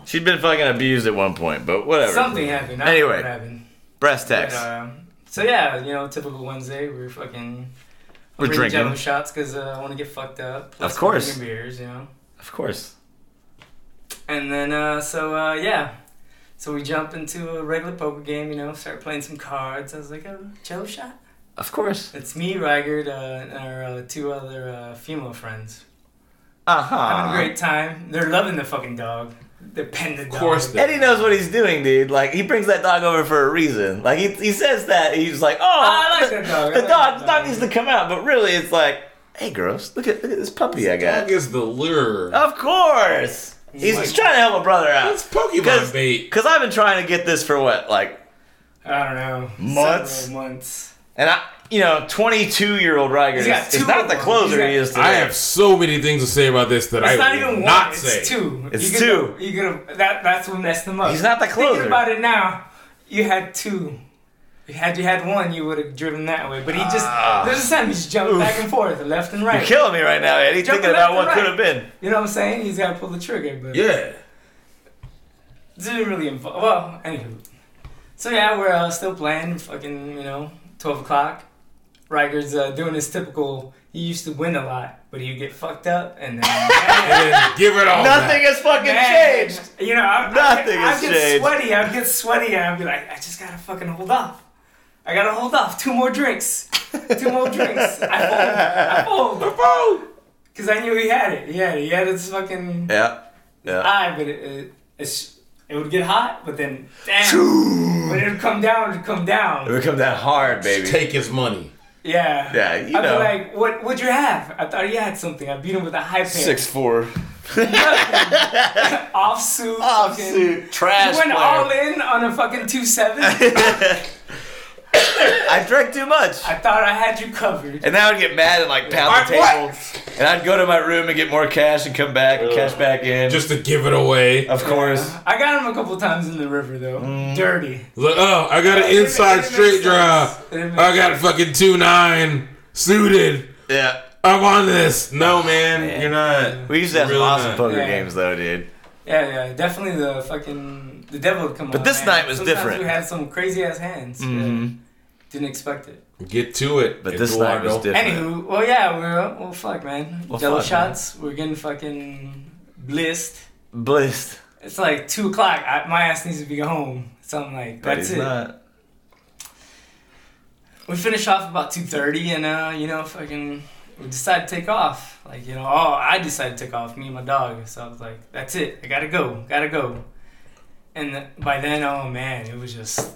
She'd been fucking abused at one point, but whatever.
Something happened. I don't know
Anyway.
what happened.
Breast
But,
tax.
um, so yeah, you know, typical Wednesday, we were fucking.
We're
bringing
drinking.
Jello shots because uh, I want to get fucked up. Plus
Of course.
drinking beers, you know.
Of course.
And then, uh, so uh, yeah. So we jump into a regular poker game, you know, start playing some cards. I was like, oh, jello shot?
Of course.
It's me, Rygard, uh, and our uh, two other uh, female friends.
Uh huh.
Having a great time. They're loving the fucking dog. They're petting the dog.
Of course they-
Eddie knows what he's doing, dude. Like he brings that dog over for a reason. Like he, he says that he's like, oh,
I like
the,
that dog. I
The
like
dog,
that
the
dog.
dog needs to come out, but really, it's like, hey, girls, look at look at this puppy I
Dog
got.
is the lure.
Of course. He's
like-
trying to help a brother out.
That's Pokemon
Because
bait.
because I've been trying to get this for what like
I don't know.
Months?
Several months.
And I, you know, 22 year old Riker
He's
is,
got
is
two
not
of
the
them.
closer
He's
he
got-
is today.
I have so many things to say about this that
It's
I
not
will
even one.
not
it's
say.
two.
It's
You could-
two.
You could that. That's what messed them up.
He's not the closer.
Thinking about it now, you had two. You Had you had one, you would have driven that way. But he just there's a time he just jumped back and forth, left and
You're
right.
killing me right now, Eddie,
Jumping
thinking about what
left and
could
right.
have been.
You know what I'm saying? He's got to pull the trigger, but
Yeah.
didn't really involve. Well, anywho. So yeah, we're uh, still playing. Fucking, you know, twelve o'clock. Riker's uh, doing his typical. He used to win a lot, but he'd get fucked up, and then
And then give it all.
Nothing
Back.
has fucking
Man,
changed.
You know, I,
Nothing
I, I,
has
get
changed.
sweaty. I get sweaty, and I'd be like, I just gotta fucking hold off. I gotta hold off. Two more drinks. Two more drinks. I fold. I fold.
Bro,
Because I knew he had it. He had it. He had his fucking
Yeah. Yeah.
eye, but it, it, it's, it would get hot, but then, damn.
Boom.
When it would come down, it would come
It
down.
would come down hard, baby.
Take his money.
Yeah.
yeah, you
I'd
know.
be like, what, what'd you have? I thought he had something. I beat him with a high pants.
Six four.
Offsuit. fucking-
Oh, Trash
You went all in on a fucking 2 7. I
I drank too much.
thought I had you covered.
And then I would get mad and like pound the
Alright,
table. And I'd go to my room and get more cash and come back and cash back in.
Just to give it away.
of course.
I got him a couple times in the river, though.
Mm.
Dirty.
Look, oh, I got an inside straight drive. I got fucking two nine suited.
Yeah.
I'm on this. No, man, you're not.
We used to have
Really
some awesome
not.
poker
Yeah.
games though, dude.
Yeah, yeah, definitely the fucking the devil would come. But
this night was
Sometimes
different. Mm-hmm.
We had some crazy ass hands. Yeah. Didn't expect it.
Get to it.
But this night was
Eduardo.
different.
Anywho, well, yeah, we're well, fuck, man.
Well,
Jello
fuck,
shots. We're getting fucking blissed.
Bliss.
It's like two o'clock. I, my ass needs to be home. So I'm like,
But
that's
he's
it.
not.
we finish off about 2.30 and uh, you know fucking we decide to take off like you know oh i decided to take off me and my dog so i was like that's it i gotta go gotta go and th- by then oh man it was just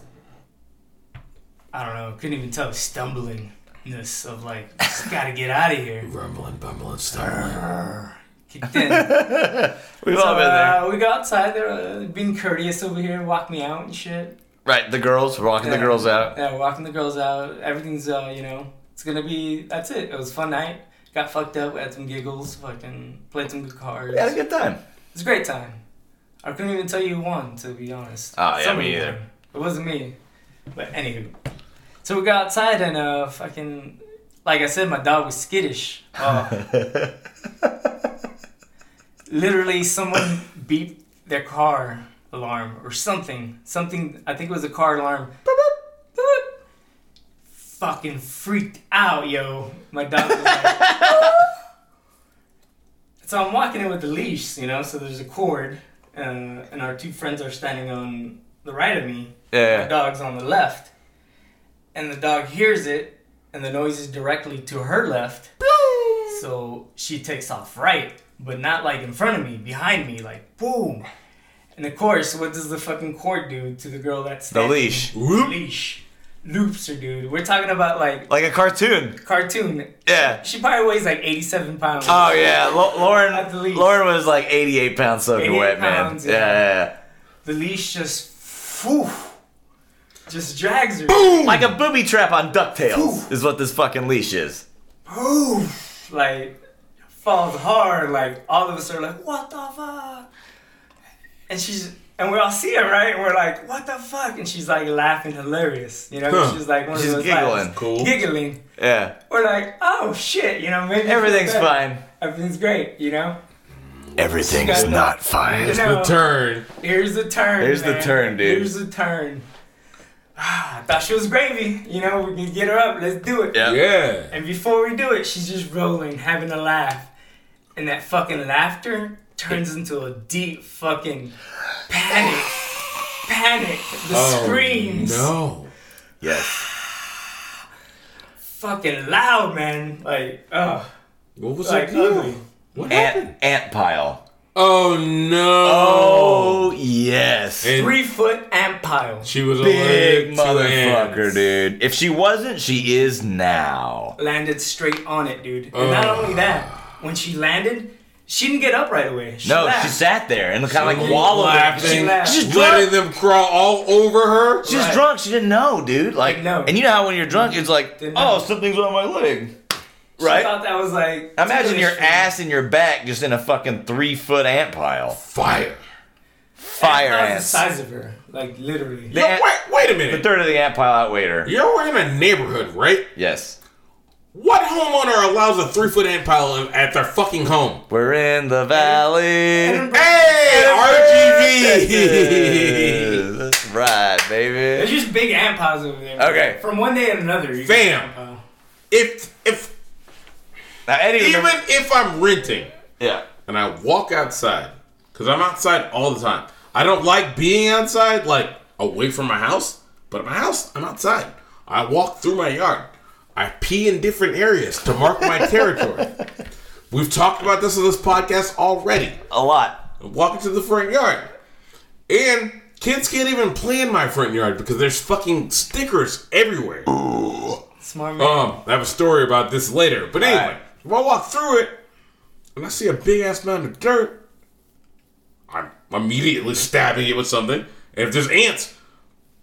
i don't know couldn't even tell stumblingness of like just gotta get out of here
Rumbling, bumbling, stumbling.
kicked in
We've
so
all been there.
uh, we go outside they're uh, being courteous over here walk me out and shit
Right, the girls, we're walking the
Yeah.
girls out.
Yeah, we're walking the girls out. Everything's, uh, you know, it's gonna be. That's it. It was a fun night. Got fucked up. Had some giggles. Fucking played some good cards.
We had a good time.
It's a great time. I couldn't even tell you who won, to be honest.
Oh, yeah,
Somebody
me either.
won. It wasn't me. But anywho, so we go outside and uh, fucking, like I said, my dog was skittish. Oh. Literally, someone beeped their car alarm or something. Something. I think it was a car alarm. Boop, boop, boop. Fucking freaked out, yo. My dog was like. So I'm walking in with the leash, you know. So there's a cord, uh, and our two friends are standing on the right of me. The
Yeah.
dog's on the left, and the dog hears it, and the noise is directly to her left. So she takes off right, but not like in front of me, behind me, like boom. And of course, what does the fucking cord do to the girl that's
The
standing?
leash.
Leash loops her, dude. We're talking about like
Like a cartoon.
cartoon.
Yeah.
She probably weighs like 87 pounds.
Oh yeah, Lo-
At the
Lauren.
least.
Lauren was like 88 pounds soaking
88
wet, man.
pounds,
yeah.
yeah.
yeah,
the leash just phew, just drags her
yeah. Like a booby trap on Ducktales is what this fucking leash is.
like falls hard like all of us are like what the fuck and she's and we all see her right and we're like what the fuck and she's like laughing hilarious you know
Huh.
she's like one
She's
of those
giggling.
laughs.
Cool.
giggling
Yeah,
we're like oh shit you know maybe
everything's
it's better.
fine.
everything's great you know
Everything's
Got it.
not fine.
You know,
The turn.
here's the turn
Here's the
man.
turn, dude.
here's the turn I thought she was gravy you know we can get her up let's do it
Yeah.
Yeah.
And before we do it, she's just rolling, having a laugh. And that fucking laughter turns into a deep fucking panic. panic. The
Oh,
screams.
No.
Yes.
Fucking loud, man. Like, oh,
What was
like
that?
ugly.
What happened?
Ant, ant pile.
Oh no.
Oh yes.
And
Three foot amp pile.
she was
Big
allergic to ants.
motherfucker, dude. If she wasn't, she is now.
Landed straight on it, dude. And not
Ugh.
only that, when she landed, she didn't get up right away. She
No,
laughed.
she sat there and kind of like
She
wallowed.
laughing.
She, she's
Letting
drunk.
them crawl all over her.
She's
Right.
drunk. She didn't know, dude. Like,
Didn't know.
and you know how when you're drunk, it's like,
Didn't
oh,
know.
something's on my leg,
She
right?
thought that was like.
Imagine your
ticklish for me.
ass and your back just in a fucking three foot ant pile.
Fire.
Fire
That was
ants.
the size of her. Like, literally.
The
Yo,
ant-
wait, wait a
the
minute.
third of the ant pile outweighed her.
You're in a neighborhood, right?
Yes.
What homeowner allows a three foot ant pile in- at their fucking home?
We're in the valley.
Edinburgh-
Hey, RGB!
Yes, That's right,
There's
baby.
just big ant piles over there.
Okay.
From one day to another. You
Fam.
get an ant pile.
if if
Now, Eddie.
even
remember-
if I'm renting
yeah.
and I walk outside, because I'm outside all the time. I don't like being outside, like away from my house, but at my house, I'm outside. I walk through my yard. I pee in different areas to mark my territory. We've talked about this on this podcast already.
A lot.
Walking to the front yard. And kids can't even play in my front yard because there's fucking stickers everywhere.
Smart man.
Um, I have a story about this later. But anyway,
Alright.
if I walk through it and I see a big ass mountain of dirt, I'm immediately stabbing it with something. And if there's ants,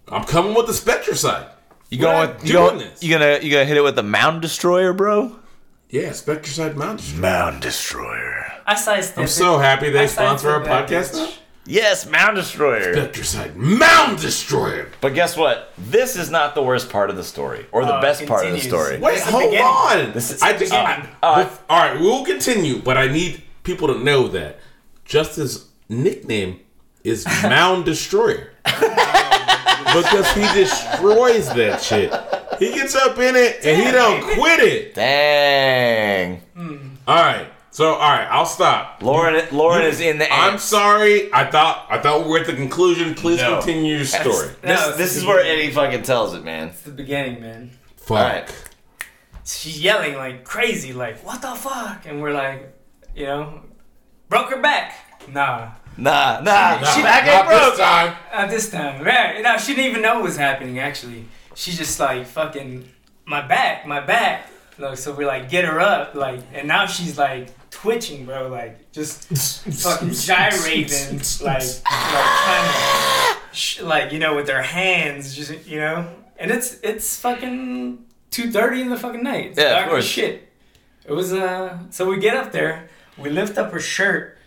I'm coming with the Spectricide.
You
We're
going?
not
You going?
doing this.
You gonna? You gonna hit it with the mound destroyer, bro?
Yeah, Spectricide Mountain.
Mound destroyer.
I sidestep.
I'm
it.
so happy
I
they
sidestep
sponsor our
that
podcast now.
bitch.
Yes, mound destroyer.
Spectricide Mound Destroyer.
But guess what? This is not the worst part of the story, or the
Uh,
Oh, it
best part of the
continues.
story.
Wait,
This is
hold
beginning.
on.
This is-
I just,
uh,
I-
uh,
bef- all right, we'll continue, but I need people to know that Justin's nickname is Mound Destroyer because he destroys that shit. He gets up in it and he don't quit it.
Dang.
All right, so all right, I'll stop.
Lauren, Lauren is in the
I'm
ants.
sorry. I thought I thought we were at the conclusion. Please
No.
continue your story.
No,
This,
it's
this
the
is where
beginning.
Eddie fucking tells it, man.
It's the beginning, man.
Fuck.
Alright.
She's yelling like crazy, like what the fuck, and we're like, you know, broke her back. Nah,
Nah, nah,
Not-
she back
not
ain't broke.
this time.
not this time. Man, no, she didn't even know what was happening. Actually, she just like fucking my back, my back. Like, so we like get her up, like, and now she's like twitching, bro, like just fucking gyrating, like, like trying to, sh- like you know, with their hands, just you know, and it's it's fucking two thirty in the fucking night. It's
Yeah, of
dark as
course.
Shit. It was uh. So we get up there, we lift up her shirt,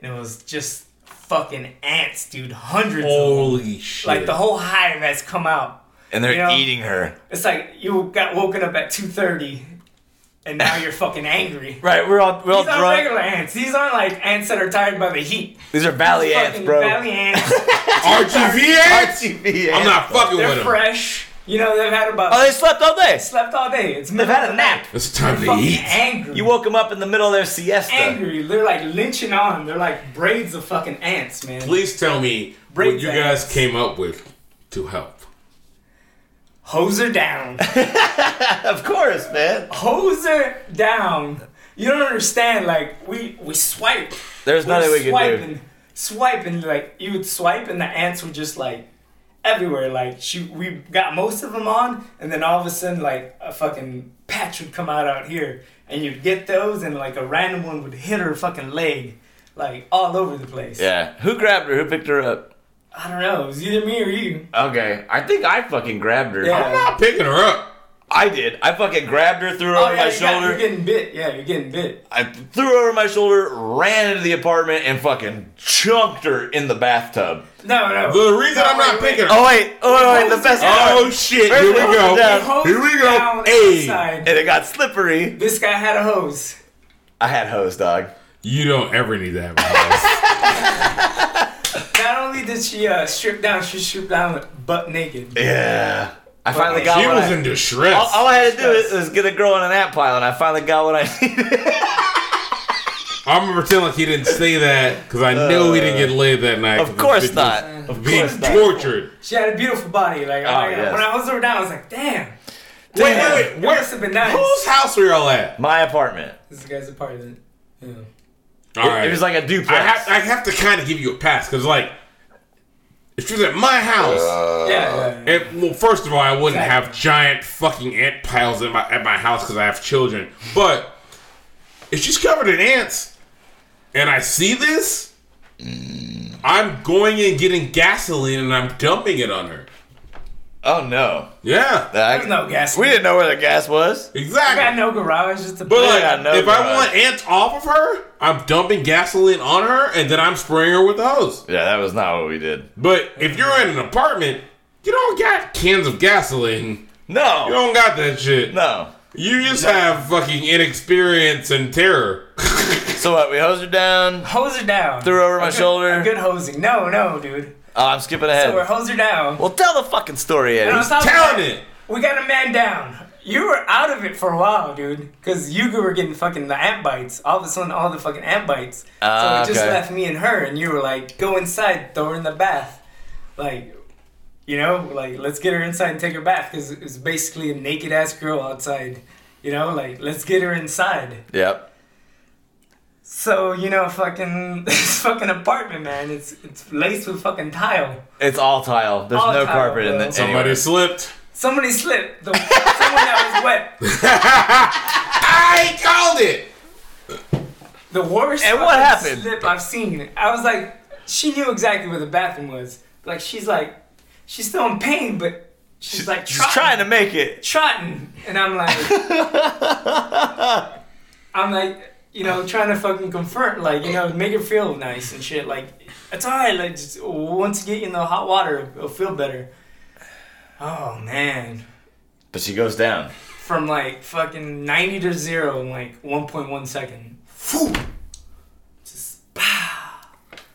and it was just fucking ants, dude, hundreds of them.
Holy shit!
Like the whole hive has come out.
And they're
You know?
eating her.
It's like you got woken up at two thirty, and now you're fucking angry.
Right, we're all we're all
These aren't
drunk.
regular ants. These aren't like ants that are tired by the heat.
These are valley ants,
Fucking
bro.
Valley ants.
RGV ads.
RGB
I'm
ants.
not fucking
They're
with him.
fresh. You know they've had about
Oh, they slept all day.
slept all day. It's
They've
middle
had
of
a
the
nap.
night.
It's time to
Fucking
eat.
angry.
You woke them up in the middle of their siesta.
angry. They're like lynching on. They're like braids of fucking ants, man.
Please tell me
Break
what you
that.
guys came up with to help.
Hose her down.
Of course, man.
Hose her down. You don't understand. Like we we swipe.
There's
We're
nothing we can do.
swiping, swiping like you would swipe, and the ants were just like everywhere. Like she, we got most of them on, and then all of a sudden, like a fucking patch would come out out here, and you'd get those, and like a random one would hit her fucking leg, like all over the place.
Yeah. Who grabbed her? Who picked her up?
I don't know. It was either me or you.
Okay. I think I fucking grabbed her.
Yeah.
I'm not picking her up.
I did. I fucking grabbed her, threw her over
Oh, yeah,
my
you got-
shoulder.
you're getting bit. Yeah, you're getting bit.
I threw her over my shoulder, ran into the apartment, and fucking chunked her in the bathtub.
No, no.
The reason I'm not
wait, wait.
picking her
Oh wait, oh wait, the best part.
Oh shit,
First
here we
it
go.
goes down.
Hose
Here we
down
go.
on the
Hey,
side.
And it got slippery.
This guy had a hose.
I had hose dog.
you don't ever need that. Miles.
Not only did she uh, strip down, she stripped down butt naked.
Yeah. I finally got
she
what
was
I,
in distress.
all, all I had to do is, was get a girl in an ant pile, and I finally got what I needed.
I'm gonna pretend like he didn't say that because I know he didn't get laid that night. 'cause
of
this bitch
course
was
not. Of
Being
course not.
tortured.
She had a beautiful body. Like, oh,
Oh,
my God.
yes.
when I was over down, I was like, damn,
Wait,
Damn.
wait, wait.
that must have
Where,
been nice.
whose house were y'all at?
My apartment.
This guy's apartment. Yeah.
All
It-
right.
It was like a duplex.
I have, I have to kind of give you a pass because like, if she was at my house.
yeah, yeah,
Uh,
yeah.
It, well, first of all, I wouldn't
Exactly.
have giant fucking ant piles at my at my house because I have children. But if she's covered in ants, and I see this, I'm going and getting gasoline and I'm dumping it on her.
oh no.
Yeah,
I,
There's no gas.
we didn't know where the gas was.
I got
exactly.
no garage, just a
But like,
got no
if I
garage.
want ants off of her, I'm dumping gasoline on her, and then I'm spraying her with the hose.
Yeah, that was not what we did.
But if you're in an apartment, you don't got cans of gasoline. You
No.
don't got that shit.
No.
You just have fucking inexperience and terror.
So what? We hosed her down.
hose her down.
Threw her over
A
my
good-
shoulder.
a Good hosing. No, no, dude.
Oh, I'm skipping
So we're
ahead.
hose her down.
Well, tell the fucking story,
And on
Eddie.
top of that,
Telling it.
We got a man down. You were out of it for a while, dude, because you were getting fucking the ant bites. All of a sudden, all the fucking ant bites.
Ah,
so it just
okay.
left me and her, and you were like, "Go inside, throw her in the bath," like, you know, like let's get her inside and take her bath, because it's basically a naked ass girl outside. You know, like let's get her inside.
Yep.
So you know, fucking this fucking apartment, man. It's it's laced with fucking tile.
It's all tile. There's
All
no
tile,
carpet in
bro.
it.
Somebody
anywhere.
slipped.
Somebody slipped. The, someone that was wet.
I called it.
The worst.
And what
fucking
happened?
Slip I've seen. I was like, she knew exactly where the bathroom was. Like she's like, she's still in pain, but she's like
She's trying to make it.
trotting, and I'm like, I'm like, you know, trying to fucking confirm, like, you know, make it feel nice and shit. Like, it's alright. Like, just, once you get in the hot water, it'll feel better. Oh man,
But she goes down.
from like fucking ninety to zero in like one point one second. Phew. Just pow.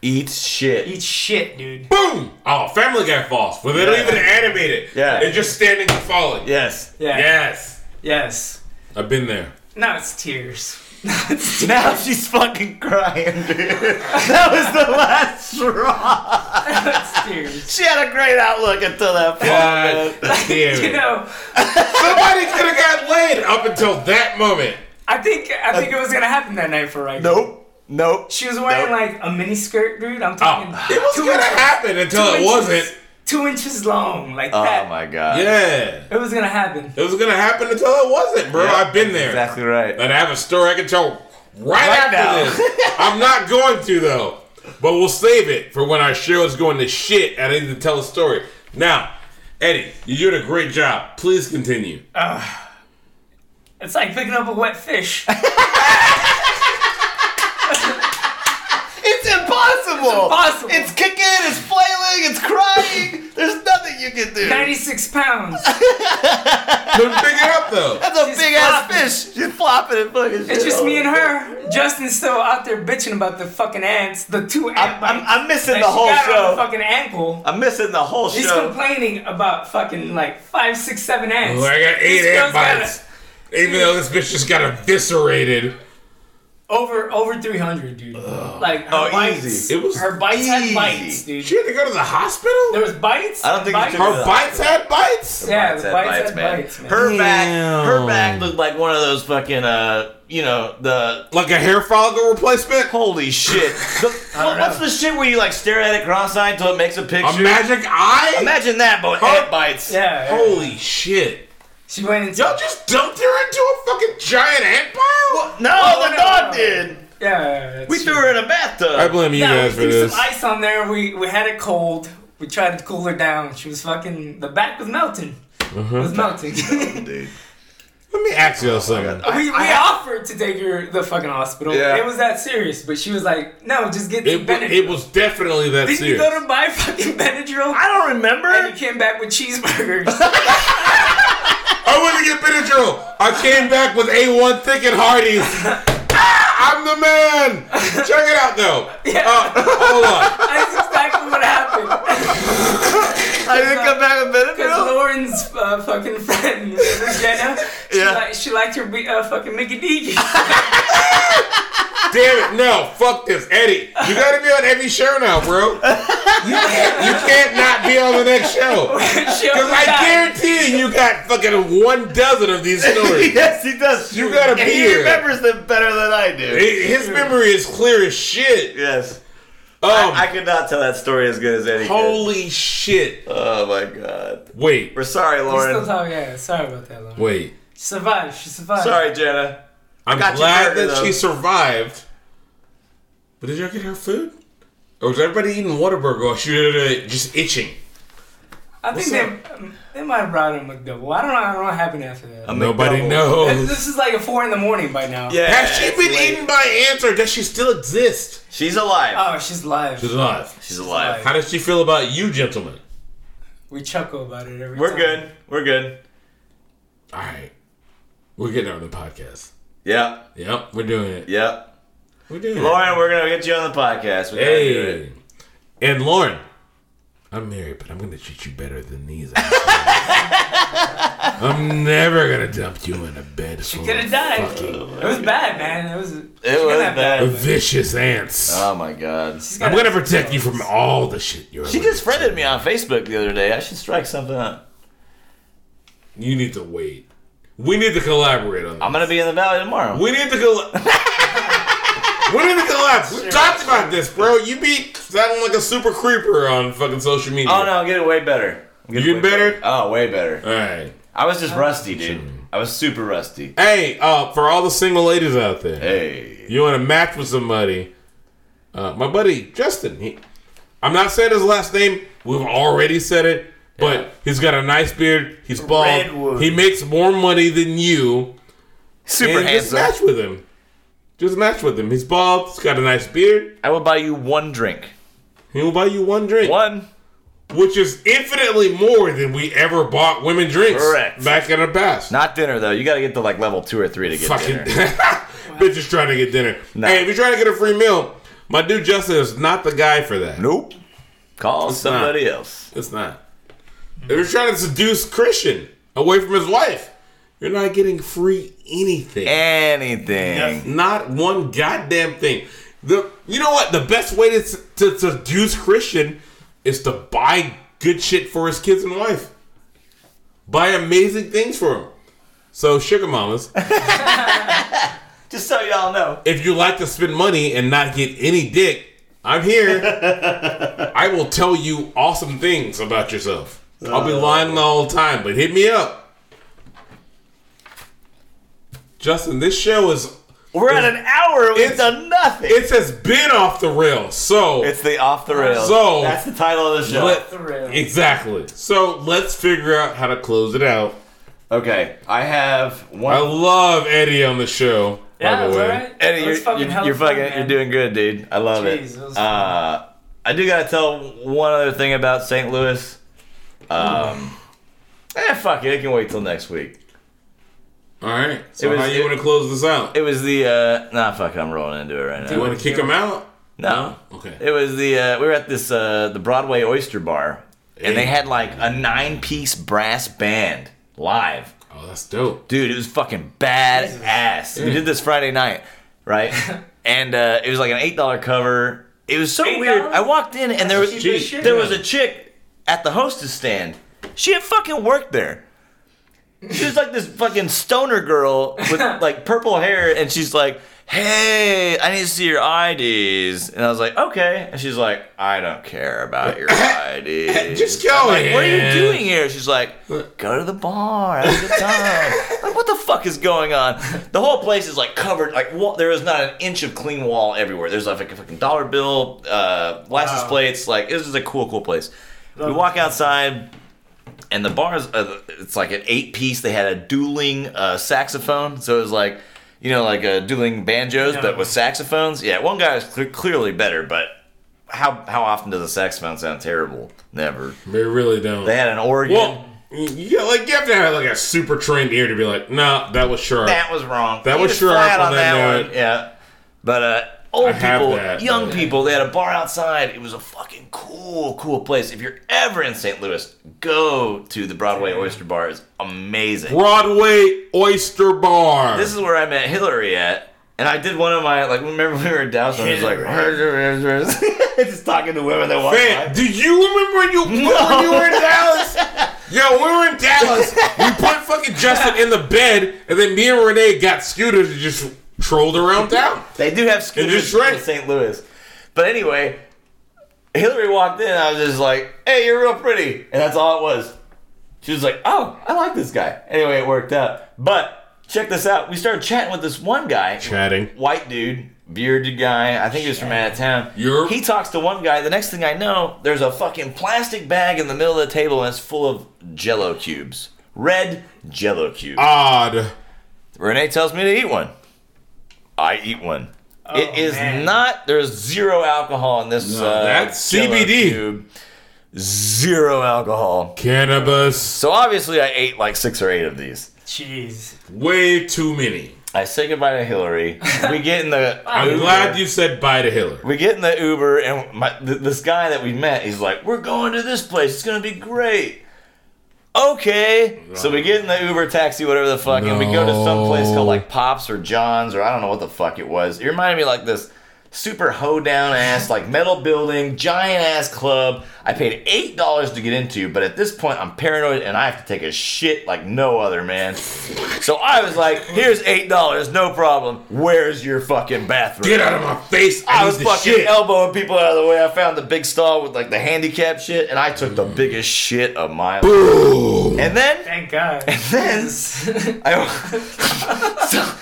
Eat shit.
Eat shit, dude.
Boom! Oh, Family Guy falls. Well, they
Yeah.
don't even animate it.
Yeah.
They're just standing and falling.
Yes.
Yeah.
Yes.
Yes.
I've been there.
Now it's tears. Now it's tears.
Now she's fucking crying, dude. that was the last straw.
Now it's tears.
She had a great outlook until that point.
God
man.
damn it.
You know.
Somebody could have got laid up until that moment.
I think I think it was gonna happen that night for Riker.
Nope. Nope.
She was wearing
Nope.
like a mini skirt, dude. I'm
Oh,
talking
it was
two
gonna
inches-
happen until
two
it
inches-
wasn't.
Two inches long, like
Oh
that.
my god.
Yeah.
It was gonna happen.
It was gonna happen until it wasn't, bro.
Yeah,
I've been there.
Exactly right.
And I have a story I can tell right, after
now.
this. I'm not going to though. But we'll save it for when our show is going to shit and I need to tell a story. Now, Eddie, you did a great job. Please continue.
It's like picking up a wet fish.
It's impossible. It's
impossible.
It's kicking. It's flailing. It's crying. There's nothing you can do.
Ninety-six pounds.
Couldn't pick it up though.
That's a
She's
big
flopping.
ass fish. She's flopping and fucking.
It's just me and her. Justin's still out there bitching about the fucking ants. The two ant
I'm, I'm,
bites
I'm missing
that
the
she
whole
got on
show.
the fucking ankle.
I'm missing the whole
He's
show.
complaining about fucking like five, six, seven ants.
Oh, I got eight
This
ant
girl's got
bites.
a-
Even though this bitch just got eviscerated.
Over over three hundred, dude. Like her
Oh,
bites.
easy.
It was
Her bites had
Easy.
bites, dude.
She had to go to the
There
hospital?
was bites.
I don't think
bites.
you took
Her bites had bites?
Yeah, the
had
bites,
bites,
had
man.
bites, man.
Her back, her
Damn.
back looked like one of those fucking, uh, you know, the
Like a hair follicle replacement?
holy shit. The, what- what's the shit where you like stare at it cross-eyed until it makes a picture?
A magic eye?
Imagine that, but with
Her-
ant bites.
yeah, yeah.
Holy shit.
She went into.
Y'all just dumped her into a fucking giant ant pile?
No,
Oh,
the
no,
dog
no.
did.
yeah, that's
We
true.
threw her in a bathtub.
I blame you
Yeah, we
guys for
threw
this.
some ice on there. We we had it cold. We tried to cool her down. She was fucking. The back was melting.
Mm-hmm.
It was melting.
Dude.
Let me ask y'all something.
we we offered to take her to the fucking hospital.
Yeah.
It was that serious, but she was like, "No, just get the
It, wa-
Benadryl."
it was definitely that
Did you go
serious.
to buy fucking Benadryl?
I Oh. don't remember.
And you came back with cheeseburgers.
I went to get Benadryl. I came back with A1 Thick and Hardee's. Ah, I'm the man. Check it out though. Uh, hold on.
That's exactly what happened.
I didn't come back with
Because
Benadryl.
Lauren's uh, fucking friend, Jenna, she,
Yeah.
liked, she liked her be- uh, fucking Mickey D.
Damn it. No. Fuck this. Eddie, you got to be on every show now, bro. You can't, you can't not be on the next show. Because I guarantee you, you got fucking one dozen of these stories.
yes, he does.
You gotta
And
be
He
here.
remembers them better than I do.
His memory is clear as shit.
Yes.
Um,
I could not tell that story as good as Eddie. Could.
holy shit.
Oh my god.
Wait,
We're sorry,
Still
Lauren.
talking, yeah, sorry about that, Lauren.
wait.
She survived, she survived.
Sorry, Jenna.
I'm
Got you
glad
burger,
that
though.
she survived. But did y'all get her food? Or was everybody eating Whataburger or she was just itching?
I think they, um, they might have brought in a McDouble. I don't know, I don't know what happened after that.
Nobody
McDouble.
knows.
this is like a four in the morning by now.
Yeah.
Has she
it's
been
late.
eaten by ants or does she still exist?
She's alive.
Oh, she's live.
Uh, She's alive.
She's alive.
How does she feel about you, gentlemen?
We chuckle about it every
We're
time.
good. We're good.
Alright. We're getting on the podcast.
Yep.
Yep, we're doing it.
Yep.
We're doing
Lauren, we're gonna get you on the podcast. We
it.
gotta do it.
Hey. And Lauren, I'm married, but I'm gonna treat you better than these. assholes. I'm never gonna dump you in a bed. She
Could have died. It was bad, man. It was.
It was bad.
vicious ants.
Oh my god.
I'm gonna protect you from all the shit you're.
She just friended me on Facebook the other day. I should strike something up.
You need to wait. We need to collaborate on. That.
I'm gonna be in the valley tomorrow.
We need to coll. We don't even collapse. We talked about this, bro. You be sounding like a super creeper on fucking social media.
Oh no, I'm getting way better. I'm
You
way
get better?
Oh, way better.
All right.
I was just rusty, dude. I was super rusty.
Hey, uh, for all the single ladies out there,
Hey.
you want to match with somebody? Uh, my buddy Justin. He, I'm not saying his last name. We've already said it, but he's got a nice beard. He's bald.
Redwood.
He makes more money than you.
Super
and just
handsome.
match with him. Just match with him. He's bald. He's got a nice beard.
I will buy you one drink.
He will buy you one drink,
One.
which is infinitely more than we ever bought women drinks.
Correct.
Back in the past.
Not dinner though. You got to get to like level two or three to get
fucking
dinner.
bitch is trying to get dinner.
Nah.
Hey, if you're trying to get a free meal, my dude Justin is not the guy for that.
Nope. Call
not.
somebody else.
It's not. If you're trying to seduce Christian away from his wife, you're not getting free anything.
Anything.
Not one goddamn thing. The you know what? The best way to, s- to seduce Christian is to buy good shit for his kids and wife. Buy amazing things for him. So sugar mamas,
Just so y'all know.
if you like to spend money and not get any dick, I'm here. I will tell you awesome things about yourself. I'll be lying all the time, but hit me up. Justin, this show is
We're at an hour. and We've
It's-
done nothing.
it has been off the rails. So
It's the off the rails.
So-
that's the title of the show.
let-
The rails.
exactly. So let's figure out how to close it out.
okay, I have one.
I love Eddie on the show.
Yeah,
by
it
the
was
way,
alright.
Eddie,
It
you're,
was fucking
you're,
hella
you're
fun,
fucking, you're
man.
doing good, dude. I love
Jeez,
it.
it was fun.
uh, I do gotta tell one other thing about St. Louis. Um, eh, fuck it. It can wait till next week.
all right. So
It was-
how you
it-
want to close this out?
It was the uh, nah, fuck it. I'm rolling into it right
you
now.
want to kick him out?
No,
Okay.
it was the uh, we were at this uh, the Broadway Oyster Bar, and they
Hey.
had like a nine piece brass band live.
Oh, that's dope.
dude it was fucking badass we did this friday night right and uh, it was like an eight dollar cover it was so
$8?
weird i walked in and there was
Cheap as shit.
there was a chick at the hostess stand she had fucking worked there she was like this fucking stoner girl with like purple hair and she's like hey i need to see your ids and i was like okay and she's like i don't care about your ids
Just go
I'm like, what are you
ahead.
doing here? She's like, go to the bar, have a good time. like, what the fuck is going on? The whole place is like covered. Like, wa- there is not an inch of clean wall everywhere. There's like a fucking dollar bill, uh, license
Wow.
plates. Like, this is a cool, cool place. We
Love
walk
this.
outside, and the bar is uh, it's like an eight piece. They had a dueling uh, saxophone, so it was like. You know, like uh, dueling banjos, but
Yeah.
with saxophones. Yeah, one guy is cle clearly better, but how how often does a saxophone sound terrible? Never.
They really don't.
They had an organ.
well, you got- like you have to have like a super trained ear to be like, nah, that was sharp.
that was wrong.
That
He
was sharp
flat
on that note.
Yeah, but uh, old
I have
people,
that,
young
but-
people, they had a bar outside. It was a fucking cool, cool place. If you're ever in St. Louis, go to the Broadway Oyster Bar. It's amazing.
Broadway Oyster Bar.
This is where I met Hillary at. And I did one of my like. Remember we were in Dallas? And I was like, just talking to women that walk
Man,
by.
do you remember when you, when you were in Dallas? Yo, when we were in Dallas, we put fucking Justin in the bed, and then me and Renee got scooters and just trolled around town.
They do have scooters
just right.
in St. Louis. But anyway, Hillary walked in. I was just like, "Hey, you're real pretty," and that's all it was. She was like, "Oh, I like this guy." Anyway, it worked out. But check this out. We started chatting with this one guy,
Chatting.
white dude, bearded guy. I think he was from out of town.
You're-
He talks to one guy. The next thing I know, there's a fucking plastic bag in the middle of the table, and it's full of Jello cubes, red Jello cubes.
Odd.
Renee tells me to eat one. I eat one. it is
man.
not. There's zero alcohol in this. uh,
that's
Jell-O
CBD.
cube. Zero alcohol.
Cannabis.
So obviously, I ate like six or eight of these.
Jeez.
Way too many.
I say goodbye to Hillary. We get in the.
I'm
Uber.
glad you said bye to Hillary.
We get in the Uber, and my, th- this guy that we met, he's like, "We're going to this place. It's gonna be great." Okay, so we get in the Uber taxi, whatever the fuck, and we go to some place called like Pops or John's or I don't know what the fuck it was. It reminded me like this super hoedown ass like metal building, giant ass club. I paid eight dollars to get into, but at this point I'm paranoid and I have to take a shit like no other man. So I was like, here's eight dollars, no problem. Where's your fucking bathroom?
Get out of my face. I,
I was fucking
shit.
elbowing people out of the way. I found the big stall with like the handicap shit, and I took the biggest shit of my life.
Boom.
And then,
Thank God.
then I, so,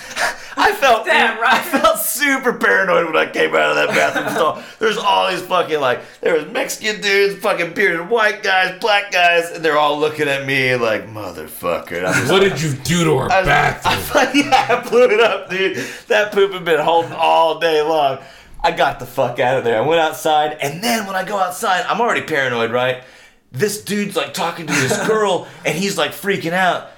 I felt
Damn right.
I felt super paranoid when I came out of that bathroom stall. There's all these fucking like there was Mexican dudes, fucking bearded white guys, black guys, and they're all looking at me like motherfucker. And I'm just
What did you do to our
I was-
bathroom?
yeah, I blew it up, dude. That poop had been holding all day long. I got the fuck out of there. I went outside, and then when I go outside, I'm already paranoid, right? This dude's like talking to this girl, and he's like freaking out.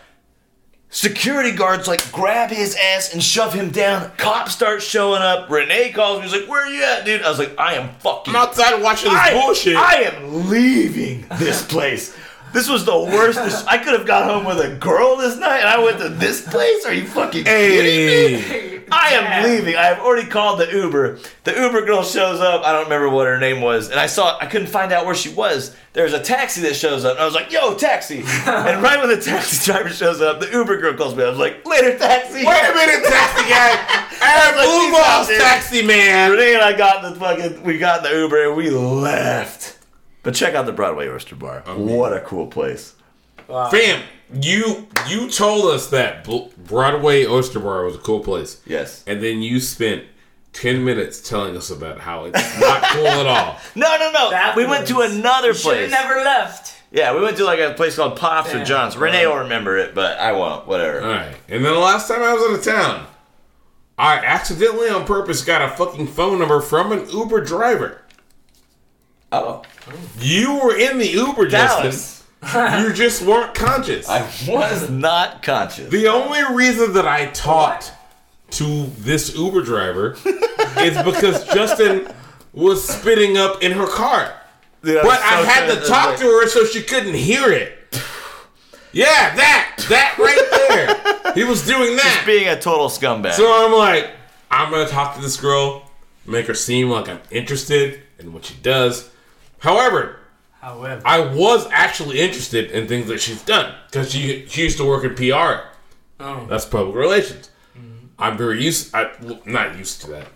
Security guards like grab his ass and shove him down. Cops start showing up. Renee calls me. He's like, "Where are you at, dude?" I was like, "I am fucking
I'm outside watching this
I,
bullshit.
I am leaving this place. This was the worst. This, I could have got home with a girl this night, and I went to this place. Are you fucking kidding me? I am leaving. I have already called the Uber. The Uber girl shows up. I don't remember what her name was, and I saw. I couldn't find out where she was. There's a taxi that shows up, and I was like, "Yo, taxi!" and right when the taxi driver shows up, the Uber girl calls me. I was like, "Later, taxi."
Wait a minute, taxi guy. Hey,
like,
blue
he's
balls,
out there.
taxi man.
Renee and I got in the fucking we got in the Uber and we left. But check out the Broadway Oyster Bar. What a cool place.
Fam, you you told us that Bl- Broadway Oyster Bar was a cool place,
Yes.
and then you spent ten minutes telling us about how it's not cool at all.
No, no, no.
That
we went to
was-
another
Should
place.
have never left.
yeah, we went to like a place called Pops or
Damn.
John's. Renee will remember it, but I won't. Whatever.
All right, and then the last time I was out of town, I accidentally on purpose got a fucking phone number from an Uber driver.
Oh,
You were in the Uber,
Dallas.
Justin. You just weren't conscious.
I was not conscious.
The only reason that I talked to this Uber driver is because Justin was spitting up in her car.
Dude,
But
was so
I had
trans-
to talk to her so she couldn't hear it. Yeah, that that right there. He was doing that.
Being a total scumbag.
So I'm like, I'm gonna talk to this girl, make her seem like I'm interested in what she does. However,
However,
I was actually interested in things that she's done because she she used to work in PR.
oh,
That's public relations. I'm very used. I well, not used to that.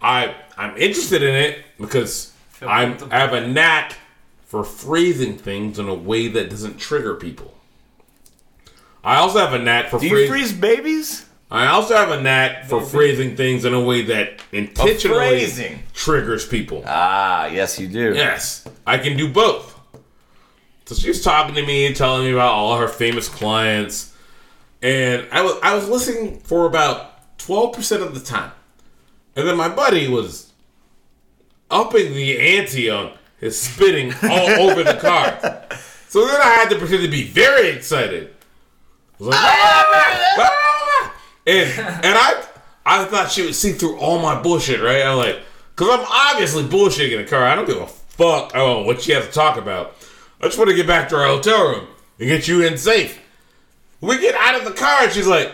I I'm interested in it because I'm
comfortable.
I have a knack for phrasing things in a way that doesn't trigger people. I also have a knack for
Do you
phrase-
freeze babies?
I also have a knack for phrasing things in a way that intentionally
phrasing.
triggers people.
Ah, yes, you do.
Yes, I can do both. So she was talking to me and telling me about all her famous clients, and I was I was listening for about twelve percent of the time, and then my buddy was upping the ante on his spitting all over the car. So then I had to pretend to be very excited. I was like, "Ah!" and and I I thought she would see through all my bullshit, right? I'm like, because I'm obviously bullshitting in the car. I don't give a fuck about what she has to talk about. I just want to get back to our hotel room and get you in safe. We get out of the car and she's like,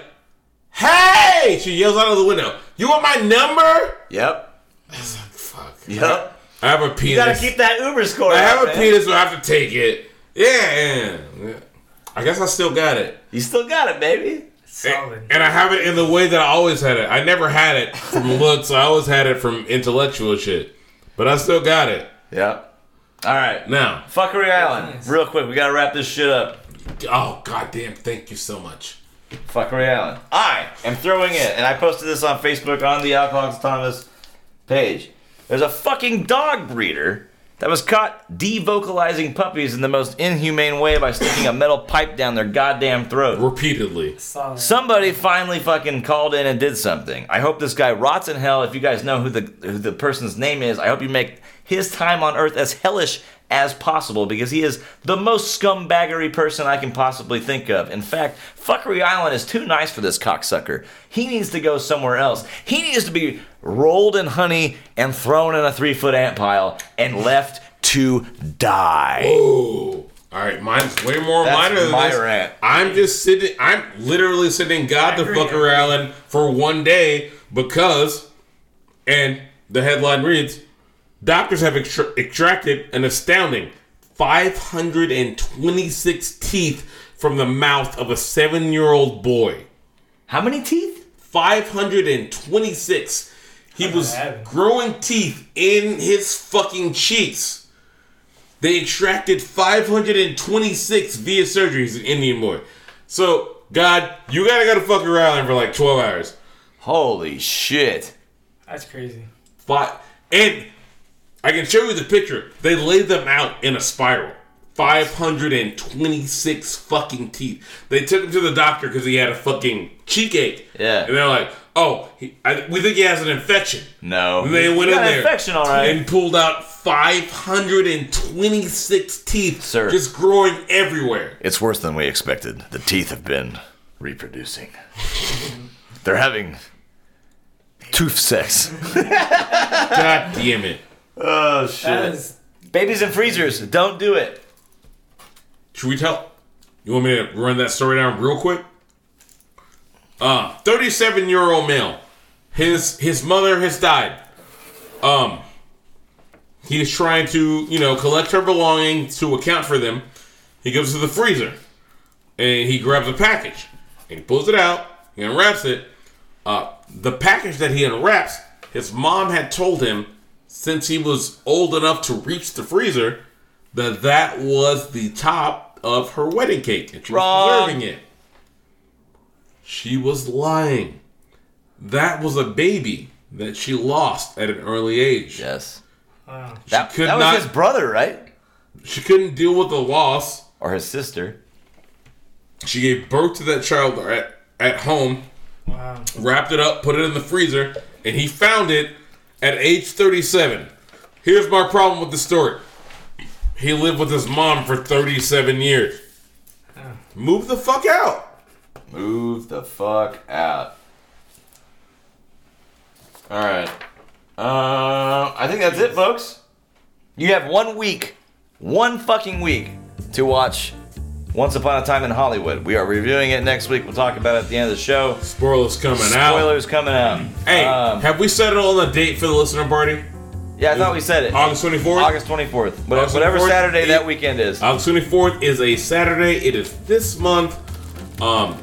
"Hey!" She yells out of the window, "You want my number?"
Yep.
Fuck.
Yep.
I have a penis.
You gotta keep that Uber score.
I have
up,
a
man.
penis, so I have to take it. Yeah, yeah, yeah. I guess I still got it.
You still got it, baby.
solid.
And I have it in the way that I always had it. I never had it from looks. I always had it from intellectual shit. But I still got it.
Yep. All right.
Now.
Fuckery Island.
Yes.
Real quick, we gotta wrap this shit up.
Oh, goddamn. Thank you so much.
Fuckery Island. I am throwing in, and I posted this on Facebook on the Alcoholics Anonymous page. There's a fucking dog breeder that was caught devocalizing puppies in the most inhumane way by sticking a metal pipe down their goddamn throat.
Repeatedly.
solid.
Somebody finally fucking called in and did something. I hope this guy rots in hell. If you guys know who the who the person's name is, I hope you make his time on earth as hellish as possible because he is the most scumbaggery person I can possibly think of. In fact, Fuckery Island is too nice for this cocksucker. He needs to go somewhere else. He needs to be rolled in honey and thrown in a three foot ant pile and left to die.
Ooh. All right, mine's way more
That's
minor than
my
this.
rant.
I'm just sitting. I'm literally sitting God to
agree,
fucker
I
Allen for one day because, and The headline reads Doctors have extra- extracted an astounding 526 teeth from the mouth of a seven year old boy.
How many teeth?
526. He was
Bad.
growing teeth in his fucking cheeks. They extracted 526 via surgery. He's an Indian boy. So, God, you gotta gotta fuck around for like 12 hours.
Holy shit.
That's crazy.
Five, and I can show you the picture. They lay them out in a spiral. 526 fucking teeth. They took him to the doctor because he had a fucking cheek ache.
Yeah.
And they're like, oh, he, I, we think he has an infection.
No.
And they went
You
in
got an
there
infection, all right.
and pulled out 526 teeth,
Sir.
just growing everywhere.
It's worse than we expected. The teeth have been reproducing. They're having tooth sex.
God damn it!
Oh
That
shit.
is
Babies in freezers. Don't do it.
Should we tell? You want me to run that story down real quick? Uh, 37 year old male. His his mother has died. Um, he is trying to you know collect her belongings to account for them. He goes to the freezer and he grabs a package and he pulls it out. He unwraps it. Uh, the package that he unwraps, his mom had told him since he was old enough to reach the freezer that that was the top of her wedding cake and she was
Wrong.
preserving it. She was lying. That was a baby that she lost at an early age.
Yes.
wow.
That,
could
that was
not-
his brother, right?
She couldn't deal with the loss.
Or his sister.
She gave birth to that child at, at home,
Wow.
wrapped it up, put it in the freezer, and he found it at age 37. Here's my problem with the story. He lived with his mom for 37 years. Move the fuck out.
Move the fuck out. All right. Uh, I think that's it, folks. You have one week, one fucking week, to watch Once Upon a Time in Hollywood. We are reviewing it next week. We'll talk about it at the end of the show.
Spoilers coming out.
Spoilers coming out.
Hey,
Um,
have we settled on a date for the listener party?
yeah, I thought we said it.
August 24th?
August 24th. But
August
whatever
24th,
Saturday that
eight- Uh,
weekend is.
August 24th Um, is a Saturday. It is this month. Um,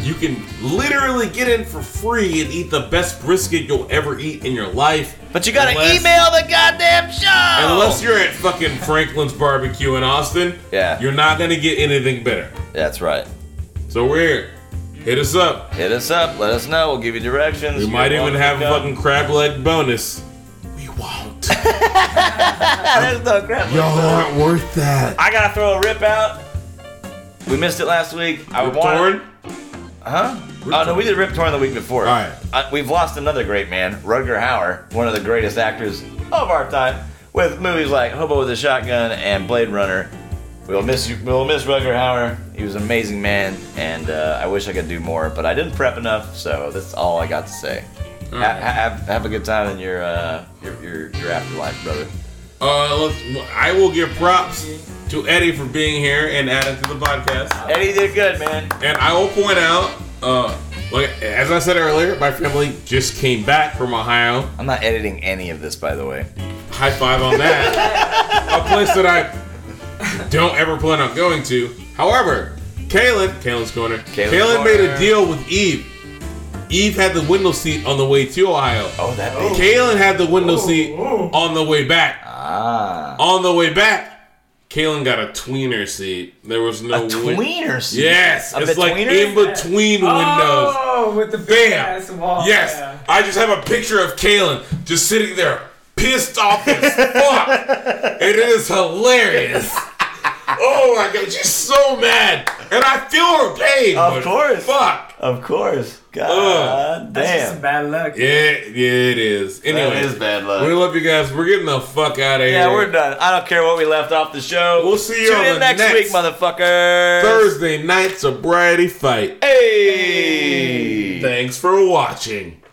you can literally get in for free and eat the best brisket you'll ever eat in your life.
But you gotta
Unless-
email the goddamn show!
Unless you're at fucking Franklin's Barbecue in Austin,
Yeah.
you're not gonna get anything better.
That's right.
So we're here. Hit us up.
Hit us up. Let us know. We'll give you directions.
We might
You're
even
welcome
have
to
a
come.
fucking crab leg bonus. We won't.
Ah, there's no crap.
Y'all aren't worth that.
I gotta throw a rip out. We missed it last week. I
Rip
wanted-
Torn?
Huh? oh no, we did rip torn the week before.
All right.
Uh, we've lost another great man, Rutger Hauer, one of the greatest actors of our time, with movies like Hobo with a Shotgun and Blade Runner. We'll miss you. We'll miss Rutger Hauer. He was an amazing man, and uh, I wish I could do more, but I didn't prep enough, so that's all I got to say. Ha-
right.
ha- have, have a good time in your, uh, your your your afterlife, brother.
Uh, let's, I will give props to Eddie for being here and adding to the podcast.
Eddie did good, man.
And I will point out, uh, like as I said earlier, my family just came back from Ohio.
I'm not editing any of this, by the way.
High five on that. a place that I don't ever plan on going to. However, Kalen, Kalen's corner.
Kalen's
Kalen made a
Corner.
deal with Eve. Eve had the window seat on the way to Ohio.
Oh, that. bitch.
Kalen had the window seat on the way back.
Ah.
On the way back, Kalen got a tweener seat. There was no
A
win-
tweener seat.
Yes,
A
it's like
betweener?
in between windows.
Oh, with the big
Bam!
ass wall.
Oh,
Yes,
Yeah.
I just have a picture of Kalen just sitting there, pissed off as fuck. It is hilarious. Oh my god, she's so mad, and I feel her pain.
Of
but
course.
fuck.
Of course. God
That's just some
damn.
bad luck.
Yeah, yeah, it is. Anyway,
That is bad luck.
we love you guys. We're getting the fuck out of here.
Yeah, we're done. I don't care what we left off the show.
We'll see you
Tune
on
in
the
next,
next
week, motherfucker.
Thursday night sobriety fight.
Hey.
Thanks for watching.